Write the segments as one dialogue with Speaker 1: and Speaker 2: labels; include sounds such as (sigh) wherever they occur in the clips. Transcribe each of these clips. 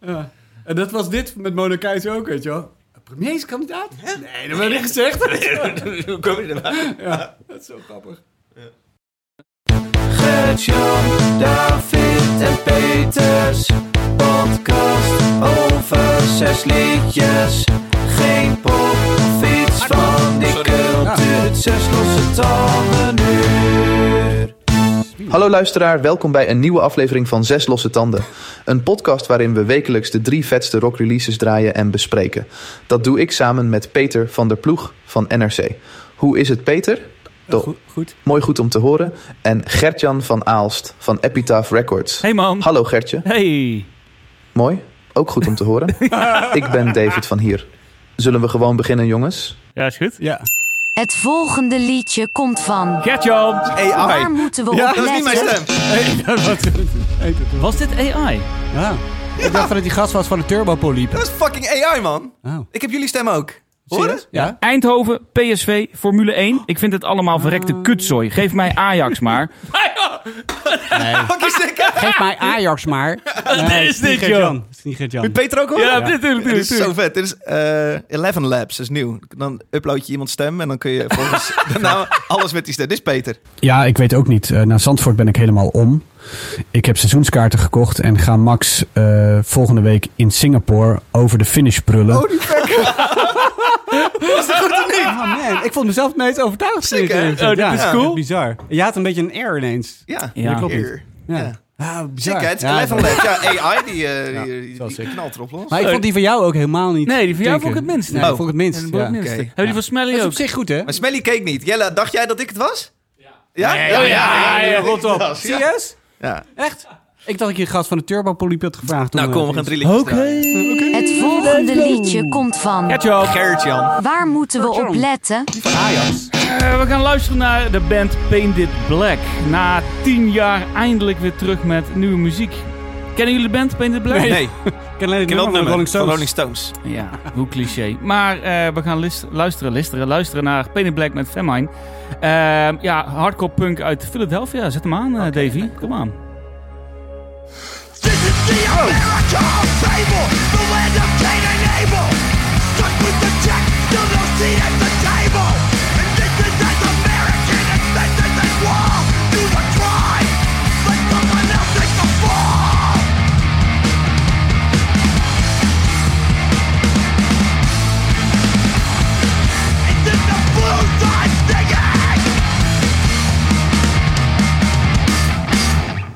Speaker 1: Ja. En dat was dit met Mona Keijzer ook, weet je wel. Premierskandidaat? Nee, dat werd niet gezegd.
Speaker 2: Hoe kom je erbij?
Speaker 1: Ja, dat is zo grappig.
Speaker 3: Gert-Jan, David en Peters. Podcast over zes liedjes. Geen pop, fiets van die cultuur. Zes losse tanden nu.
Speaker 4: Hallo luisteraar, welkom bij een nieuwe aflevering van Zes Losse Tanden. Een podcast waarin we wekelijks de drie vetste rockreleases draaien en bespreken. Dat doe ik samen met Peter van der Ploeg van NRC. Hoe is het Peter? Toch.
Speaker 5: goed.
Speaker 4: Mooi goed om te horen. En Gertjan van Aalst van Epitaph Records.
Speaker 5: Hey man.
Speaker 4: Hallo Gertje,
Speaker 5: Hey.
Speaker 4: mooi. Ook goed om te
Speaker 5: (laughs)
Speaker 4: horen. Ik ben David van hier. Zullen we gewoon beginnen jongens?
Speaker 5: Ja, is goed.
Speaker 1: Ja.
Speaker 6: Het volgende liedje komt van.
Speaker 5: Gert-Jan.
Speaker 6: Waar moeten we op
Speaker 1: dat is
Speaker 6: letten?
Speaker 1: niet mijn stem. Hey, (laughs) dat was, hey, dat was-
Speaker 5: Was dit AI?
Speaker 1: ja. Ik dacht dat het die gast was van de Turbopoliep.
Speaker 2: Dat is fucking AI, man.
Speaker 1: Oh.
Speaker 2: Ik heb jullie stem ook. Hoor
Speaker 1: Ja?
Speaker 7: Eindhoven, PSV, Formule 1. Ik vind het allemaal verrekte kutzooi. Geef mij Ajax maar.
Speaker 2: Fucking (laughs) stikker.
Speaker 1: Geef mij Ajax maar. (laughs) Nee,
Speaker 5: is
Speaker 1: het
Speaker 5: dit,
Speaker 1: niet
Speaker 5: joh.
Speaker 1: Gert-Jan. Het is niet Gert-Jan.
Speaker 2: Peter ook hoor?
Speaker 5: (laughs) Ja, dit natuurlijk.
Speaker 2: Dit is zo vet. Dit is eh 11 Labs, dat is nieuw. Dan upload je iemands stem en dan kun je (laughs) volgens daarna alles met die stem. Dit is Peter.
Speaker 8: Ja, ik weet ook niet. Na naar Zandvoort ben ik helemaal om. Ik heb seizoenskaarten gekocht en ga Max eh, volgende week in Singapore over de finish prullen.
Speaker 2: Oh,
Speaker 1: (laughs) Ah, man. Ik vond mezelf het meest overtuigd. toen ik
Speaker 2: Sick, hè?
Speaker 1: erin zat.
Speaker 5: Oh, dit
Speaker 1: Ja.
Speaker 5: is
Speaker 1: Ja,
Speaker 5: cool.
Speaker 1: Bizar. Je had een beetje een air ineens.
Speaker 2: Ja,
Speaker 7: Ja.
Speaker 1: klopt.
Speaker 2: hier.
Speaker 1: Ja.
Speaker 2: Ja.
Speaker 1: Ah, bizar.
Speaker 2: Sick, hè? Het is
Speaker 1: Ja,
Speaker 2: 11
Speaker 1: ja.
Speaker 2: Labs. Ja, AI die, eh, die, die,
Speaker 1: wel
Speaker 2: die
Speaker 1: sick.
Speaker 2: knalt erop los.
Speaker 1: Maar ik vond die van jou ook helemaal niet.
Speaker 5: Nee, die van jou vond ik het minste.
Speaker 1: minst. Nee,
Speaker 5: Oh.
Speaker 1: die vond ik het minst.
Speaker 5: En
Speaker 1: ja.
Speaker 5: Bob Nielsen.
Speaker 2: oké.
Speaker 5: Hebben jullie van
Speaker 1: Dat
Speaker 5: Smelly
Speaker 1: is
Speaker 5: ook?
Speaker 1: op zich goed, hè?
Speaker 2: Maar Smelly keek niet. Jelle, dacht jij dat ik het was? Ja? Ja, ja,
Speaker 1: rot op. Serieus?
Speaker 2: Ja.
Speaker 1: Echt? Ik dacht dat je gast van de Turbopoliep had gevraagd.
Speaker 2: Nou,
Speaker 1: om,
Speaker 2: kom,
Speaker 1: eh,
Speaker 2: we gaan drie liedjes draaien.
Speaker 6: Het volgende liedje komt van.
Speaker 5: Gert-Jan.
Speaker 2: Gerrit-Jan.
Speaker 6: Waar moeten we op letten?
Speaker 7: Eh, we gaan luisteren naar de band Painted Black. Na tien jaar eindelijk weer terug met nieuwe muziek. Kennen jullie de band Painted Black?
Speaker 2: Nee,
Speaker 1: Ik ken alleen
Speaker 2: ik
Speaker 1: het
Speaker 2: ken
Speaker 1: nummer
Speaker 2: wel
Speaker 1: van
Speaker 2: het
Speaker 1: de
Speaker 2: nummer
Speaker 1: Rolling Stones.
Speaker 2: van Rolling Stones.
Speaker 7: Ja, hoe cliché. Maar eh, we gaan lis- luisteren, luisteren, luisteren naar Painted Black met Femine. Eh, ja, hardcore punk uit Philadelphia. Zet hem aan, eh, Davy. Kom aan.
Speaker 9: This is the America of fable, the land of Cain and Abel. Stuck with the check, still no seat at the table. And this is as American as this is as war. You were tried, but someone else take the fall. It's in the blues I'm singing.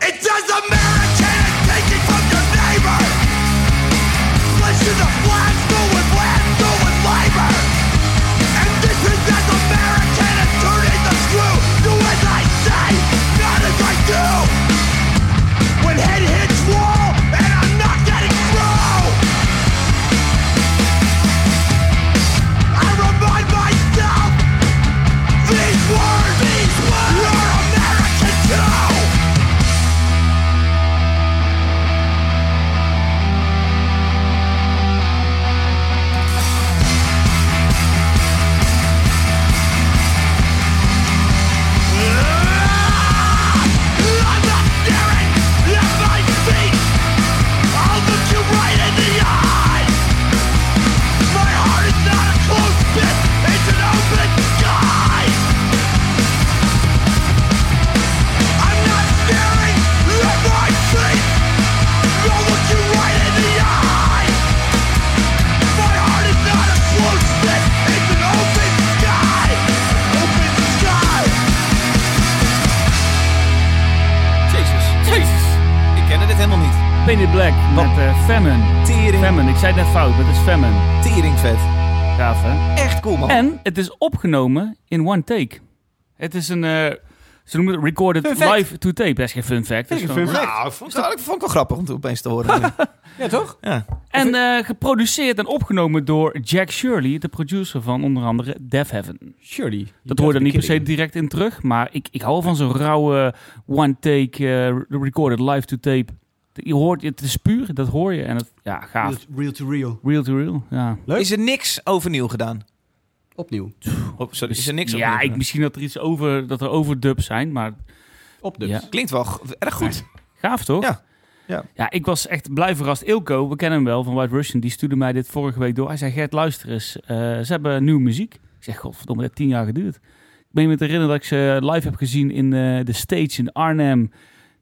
Speaker 9: It says American and taking from your neighbor. Listen to flags with land through with labor. And this is as American and turning the screw. Do as I say, not as I do. When head hits wall and I'm not getting through. I remind myself these words, these words, you're American too. I'm not staring at my feet. I'll look you right in the eye. My heart is not a closed pit. It's an open sky. I'm not staring at my feet. I'll look you right in the eye. My heart is not a closed pit. It's an open sky. Open sky.
Speaker 2: Jezus. Ik kende dit helemaal niet.
Speaker 7: Painted Black met eh Femmen.
Speaker 2: Tering,
Speaker 7: Femmen, ik zei het net fout, maar het is Femmen.
Speaker 2: tering vet.
Speaker 7: Gaaf, hè?
Speaker 2: Echt cool, man.
Speaker 7: En het is opgenomen in one take. Het is een, eh, ze noemen het recorded
Speaker 1: Fun fact.
Speaker 7: live to tape. Dat is geen fun fact. dat is gewoon-
Speaker 2: Nou, vond ik, vond ik wel grappig om het opeens te horen.
Speaker 1: Ja, toch?
Speaker 2: ja.
Speaker 7: En eh, geproduceerd en opgenomen door Jack Shirley, de producer van onder andere Death Heaven.
Speaker 1: Shirley.
Speaker 7: Dat hoorde er niet per se direct in terug, maar ik, ik hou van zo'n rauwe one take eh, recorded live to tape. Je hoort, het is puur, dat hoor je. En het, ja, gaaf.
Speaker 1: Real to real.
Speaker 7: Real to real, ja.
Speaker 1: Leuk.
Speaker 2: Is er niks overnieuw gedaan?
Speaker 1: Opnieuw.
Speaker 2: Oh, sorry, is er niks
Speaker 7: Ja,
Speaker 2: overnieuw
Speaker 7: ik, misschien dat er iets over, dat er overdubs zijn, maar
Speaker 1: Op dus.
Speaker 7: Ja.
Speaker 2: gedaan? Klinkt wel g- erg goed.
Speaker 7: gaaf toch?
Speaker 2: Ja. Ja.
Speaker 7: ja, ik was echt blij verrast. Ilko, we kennen hem wel van White Russian, die stuurde mij dit vorige week door. Hij zei, Gert, luister eens, eh, ze hebben nieuwe muziek. Ik zeg, godverdomme, dat heeft tien jaar geduurd. Ik meen me te herinneren dat ik ze live heb gezien in eh, de States in Arnhem.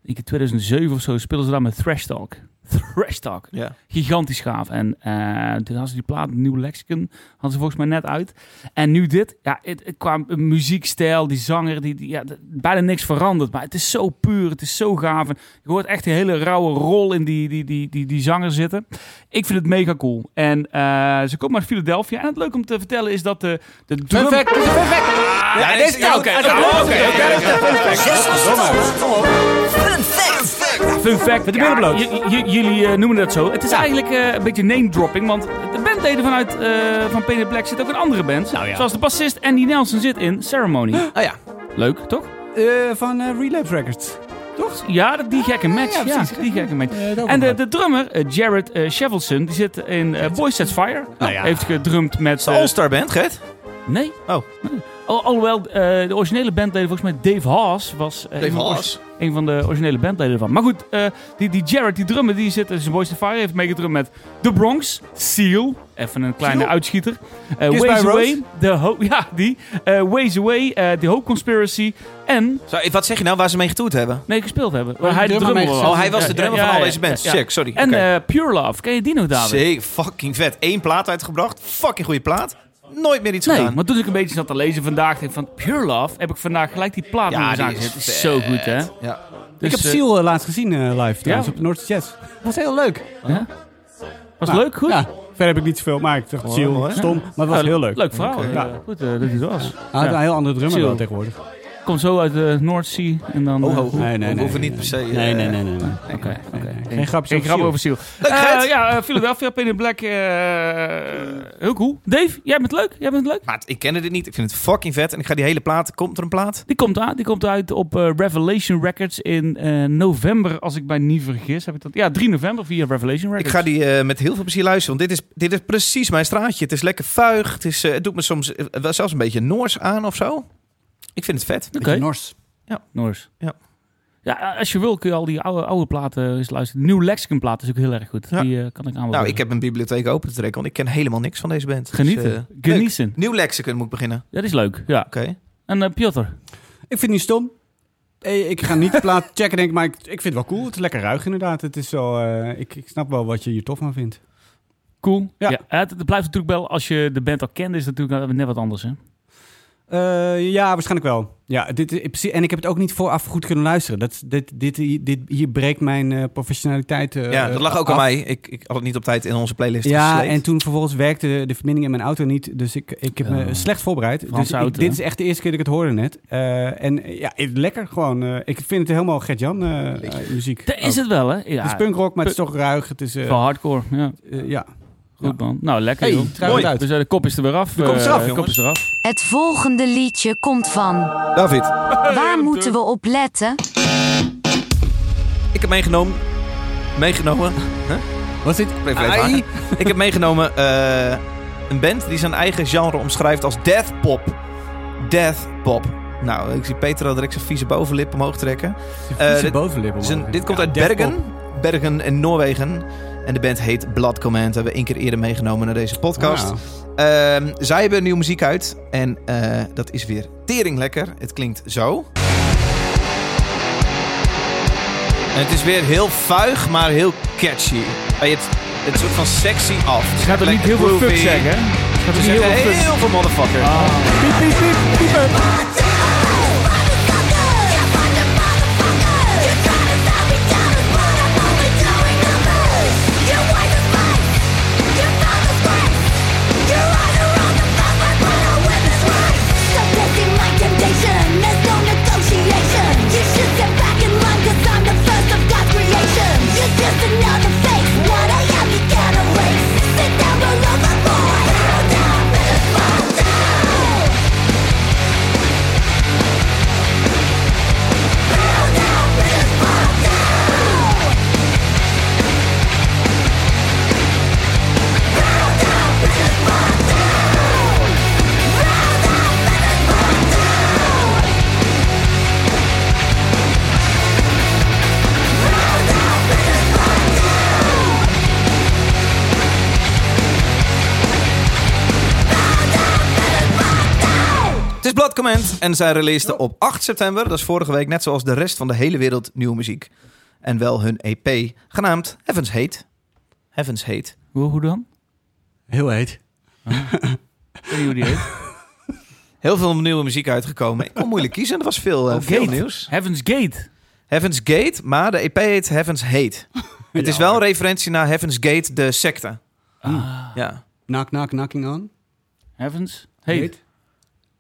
Speaker 7: Ik in 2007 of zo speelden ze daar met Thrash Talk. (laughs) Thrash Talk
Speaker 2: Ja.
Speaker 7: gigantisch gaaf. En eh, toen hadden ze die plaat, Nieuw Lexicon, hadden ze volgens mij net uit. En nu dit, ja, het, het, qua muziekstijl, die zanger, die, die, ja, d- bijna niks veranderd. Maar het is zo puur, het is zo gaaf. En je hoort echt een hele rauwe rol in die, die, die, die, die zanger zitten. Ik vind het mega cool. En eh, ze komt uit Philadelphia. En het leuke om te vertellen is dat de, de drum...
Speaker 2: Ja, deze ja, oké.
Speaker 7: Fun fact. Met de billenbloot. jullie eh, noemen dat zo. Het is eigenlijk eh, een beetje name dropping, want de bandleden vanuit eh, van Painted Black zit ook in andere bands.
Speaker 3: Nou ja.
Speaker 7: Zoals de bassist Andy Nelson zit in Ceremony.
Speaker 2: Ah ja.
Speaker 7: Leuk, toch?
Speaker 1: Eh, van eh, Relapse Records.
Speaker 7: Ja, dat- die gekke match.
Speaker 1: ja,
Speaker 7: Ja,
Speaker 1: precies.
Speaker 7: die gekke match.
Speaker 1: Eh, daarover
Speaker 7: En de,
Speaker 1: gaat.
Speaker 7: de drummer, eh, Jared eh Shevelson, die zit in eh Boy Sets Fire.
Speaker 3: Nou ja.
Speaker 7: Heeft gedrumd met...
Speaker 2: De
Speaker 7: eh,
Speaker 2: All-Star Band, Gert.
Speaker 7: nee.
Speaker 2: Oh.
Speaker 7: Nee. Al, alhoewel, eh, de originele bandleden, volgens mij Dave Haas, was... eh, een van de ori- een van de originele bandleden van. Maar goed, eh, die, die Jared, die drummer, die zit in zijn Boys to Fire. Heeft meegedrumd met The Bronx, Seal, even een kleine uitschieter. eh,
Speaker 1: Kiss
Speaker 7: Ways
Speaker 1: by a
Speaker 7: Away, The Ho- (laughs) ja, die. eh, Ways Away, eh The Hope Conspiracy en...
Speaker 2: Zo, wat zeg je nou waar ze mee getoet hebben?
Speaker 7: Nee, gespeeld hebben. Waar hij de
Speaker 1: drummer
Speaker 7: drummer
Speaker 1: mee
Speaker 7: was.
Speaker 1: gespeeld.
Speaker 2: Oh, hij was de drummer
Speaker 7: Ja,
Speaker 2: van
Speaker 7: ja,
Speaker 2: al deze
Speaker 7: ja,
Speaker 2: bands.
Speaker 7: ja.
Speaker 2: Check, sorry.
Speaker 7: En
Speaker 2: Oké.
Speaker 7: eh, Pure Love, ken je die nog, David?
Speaker 2: Zee, fucking vet. Eén plaat uitgebracht. Fucking goede plaat. Nooit meer iets
Speaker 7: Nee,
Speaker 2: gedaan.
Speaker 7: maar toen ik een beetje zat te lezen vandaag, denk ik van Pure Love, heb ik vandaag gelijk die plaat
Speaker 2: Ja,
Speaker 7: ja,
Speaker 2: die is
Speaker 7: aangezet. Het is
Speaker 2: vet.
Speaker 7: zo goed, hè?
Speaker 2: Ja.
Speaker 7: Dus,
Speaker 1: ik heb
Speaker 7: eh,
Speaker 1: Seal eh, laatst gezien eh, live trouwens op Noordse Jazz. was heel leuk.
Speaker 7: Was
Speaker 1: Nou,
Speaker 7: leuk, goed?
Speaker 1: Ja, verder heb ik niet zoveel, maar ik dacht Seal,
Speaker 2: mooi.
Speaker 1: stom, maar het was
Speaker 7: Ah,
Speaker 1: heel leuk.
Speaker 7: Leuk verhaal.
Speaker 1: Oké.
Speaker 7: eh,
Speaker 1: Ja. Ah,
Speaker 7: Goed eh, dat hij er was.
Speaker 1: Hij had
Speaker 7: Ja.
Speaker 1: een heel andere drummer
Speaker 7: Seal.
Speaker 1: wel tegenwoordig.
Speaker 7: Komt zo uit de Noordzee en dan...
Speaker 2: Oh,
Speaker 7: eh,
Speaker 2: ho, ho.
Speaker 1: Nee, nee, nee,
Speaker 2: we hoeven
Speaker 1: nee,
Speaker 2: niet per se... eh,
Speaker 1: Nee, nee, nee, nee. nee.
Speaker 7: Oké, oké.
Speaker 1: Geen grapjes
Speaker 7: Geen
Speaker 1: over
Speaker 7: grap
Speaker 1: Seal.
Speaker 7: over Seal.
Speaker 2: Leuk, Gert.
Speaker 7: Eh, ja, eh, Philadelphia, Pin in Black. eh, heel cool. Dave, jij bent leuk. Jij bent leuk.
Speaker 2: Maat, ik kende dit niet. Ik vind het fucking vet. En ik ga die hele plaat... Komt er een plaat?
Speaker 7: Die komt, aan, die komt uit op eh, Revelation Records in eh, november, als ik mij niet vergis. Heb ik dat? Ja, 3 november via Revelation
Speaker 2: Ik
Speaker 7: Records.
Speaker 2: ga die eh, met heel veel plezier luisteren. Want dit is, dit is precies mijn straatje. Het is lekker vuig. Het, is, eh, het doet me soms eh, wel zelfs een beetje Noors aan of zo. Ik vind het vet.
Speaker 7: Oké.
Speaker 1: Beetje Nors.
Speaker 7: Noors.
Speaker 2: Ja.
Speaker 7: Ja, eh, als je wil kun je al die oude, oude platen eens luisteren. Nieuw Lexicon plaat is ook heel erg goed.
Speaker 2: Ja.
Speaker 7: Die eh, kan ik aanbevelen.
Speaker 2: Nou, ik heb een bibliotheek open te trekken. Want ik ken helemaal niks van deze band. Dus,
Speaker 7: Genieten.
Speaker 2: eh, leuk.
Speaker 7: Genieten.
Speaker 2: Nieuw lexicon moet ik beginnen.
Speaker 7: Dat is leuk, ja.
Speaker 2: Oké.
Speaker 7: En eh, Piotr?
Speaker 1: Ik vind die stom. Eh, Ik ga niet de plaat checken, denk ik, maar ik, ik vind het wel cool. Het is lekker ruig inderdaad. Het is wel, eh, ik, ik snap wel wat je hier tof aan vindt.
Speaker 7: Cool. Ja.
Speaker 1: Ja.
Speaker 7: het, het blijft natuurlijk wel, als je de band al kent, is het natuurlijk net wat anders. Hè?
Speaker 1: Eh, ja, waarschijnlijk wel. Ja, dit, is- precies- en ik heb het ook niet vooraf goed kunnen luisteren. Dat, is- dit, dit, dit, hier breekt mijn eh, professionaliteit eh,
Speaker 2: ja, dat lag ook aan
Speaker 1: af.
Speaker 2: mij. Ik, ik had het niet op tijd in onze playlist
Speaker 1: Ja,
Speaker 2: gesleept.
Speaker 1: en toen vervolgens werkte de, de verbinding in mijn auto niet. Dus ik, ik heb me
Speaker 2: Oh.
Speaker 7: Ja.
Speaker 1: slecht voorbereid.
Speaker 7: Franse
Speaker 1: Dus ik-
Speaker 7: auto,
Speaker 1: dit
Speaker 7: hè?
Speaker 1: is echt de eerste keer dat ik het hoorde net. Eh, en eh, ja, het- lekker gewoon. eh, ik vind het helemaal Gert-Jan eh, eh, muziek.
Speaker 7: Dat is
Speaker 1: ook.
Speaker 7: Oh. het wel, hè? Ja,
Speaker 1: Het is punkrock, maar het is toch ruig. Het is, eh,
Speaker 7: wel hardcore. Ja.
Speaker 1: eh, ja.
Speaker 7: Goed, man. Nou, lekker,
Speaker 1: Hey,
Speaker 7: joh.
Speaker 1: trui Mooi. eruit.
Speaker 7: Dus eh, de kop is er weer af.
Speaker 2: De kop is
Speaker 7: Eh,
Speaker 2: eraf,
Speaker 7: de kop
Speaker 2: jongens.
Speaker 7: is eraf.
Speaker 6: Het volgende liedje komt van.
Speaker 2: David,
Speaker 6: Waar moeten we op letten?
Speaker 2: ik heb meegenomen... Meegenomen...
Speaker 1: Was dit?
Speaker 2: Ik bleef even hangen. Ik heb meegenomen eh, een band die zijn eigen genre omschrijft als death pop. Death pop. Nou, ik zie Peter al direct zijn vieze bovenlip omhoog trekken. Eh, dit-
Speaker 1: bovenlip
Speaker 2: Zijn-
Speaker 1: omhoog.
Speaker 2: dit komt
Speaker 1: Ja,
Speaker 2: uit
Speaker 1: Death
Speaker 2: Bergen.
Speaker 1: Pop.
Speaker 2: Bergen in Noorwegen. En de band heet Blood Command. Hebben we één keer eerder meegenomen naar deze podcast.
Speaker 1: Wauw.
Speaker 2: Ehm, zij hebben nieuwe muziek uit. En eh, dat is weer tering lekker. Het klinkt zo. En het is weer heel vuig, maar heel catchy. Maar je- het is soort van sexy af. Het
Speaker 7: Ze gaat er niet
Speaker 2: lekker
Speaker 7: heel veel fuck
Speaker 2: groovy.
Speaker 7: zeggen, hè? Ze gaat er
Speaker 2: Ze
Speaker 7: niet heel
Speaker 2: zeggen
Speaker 7: veel fuck
Speaker 2: heel veel motherfucker.
Speaker 5: Just another face, what I am, you can't erase. Sit down below the boy, down,
Speaker 2: Blood Command. En zij releaseden op 8 september, dat is vorige week, net zoals de rest van de hele wereld, nieuwe muziek. En wel hun EP, genaamd Heavens Hate. Heavens Hate.
Speaker 7: Hoe, hoe dan?
Speaker 1: Heel heet.
Speaker 7: Ik weet niet hoe die heet.
Speaker 2: Heel veel nieuwe muziek uitgekomen. Ik kon moeilijk kiezen, er was veel, eh,
Speaker 7: Oh,
Speaker 2: veel
Speaker 7: Gate.
Speaker 2: nieuws.
Speaker 7: (laughs) Heaven's Gate.
Speaker 2: Heaven's Gate, maar de EP heet Heaven's Hate. Het is wel een referentie naar Heaven's Gate, de secte.
Speaker 7: Ah,
Speaker 2: Ja.
Speaker 1: Knock, knock, knocking on.
Speaker 7: Heaven's Hate.
Speaker 1: Heet.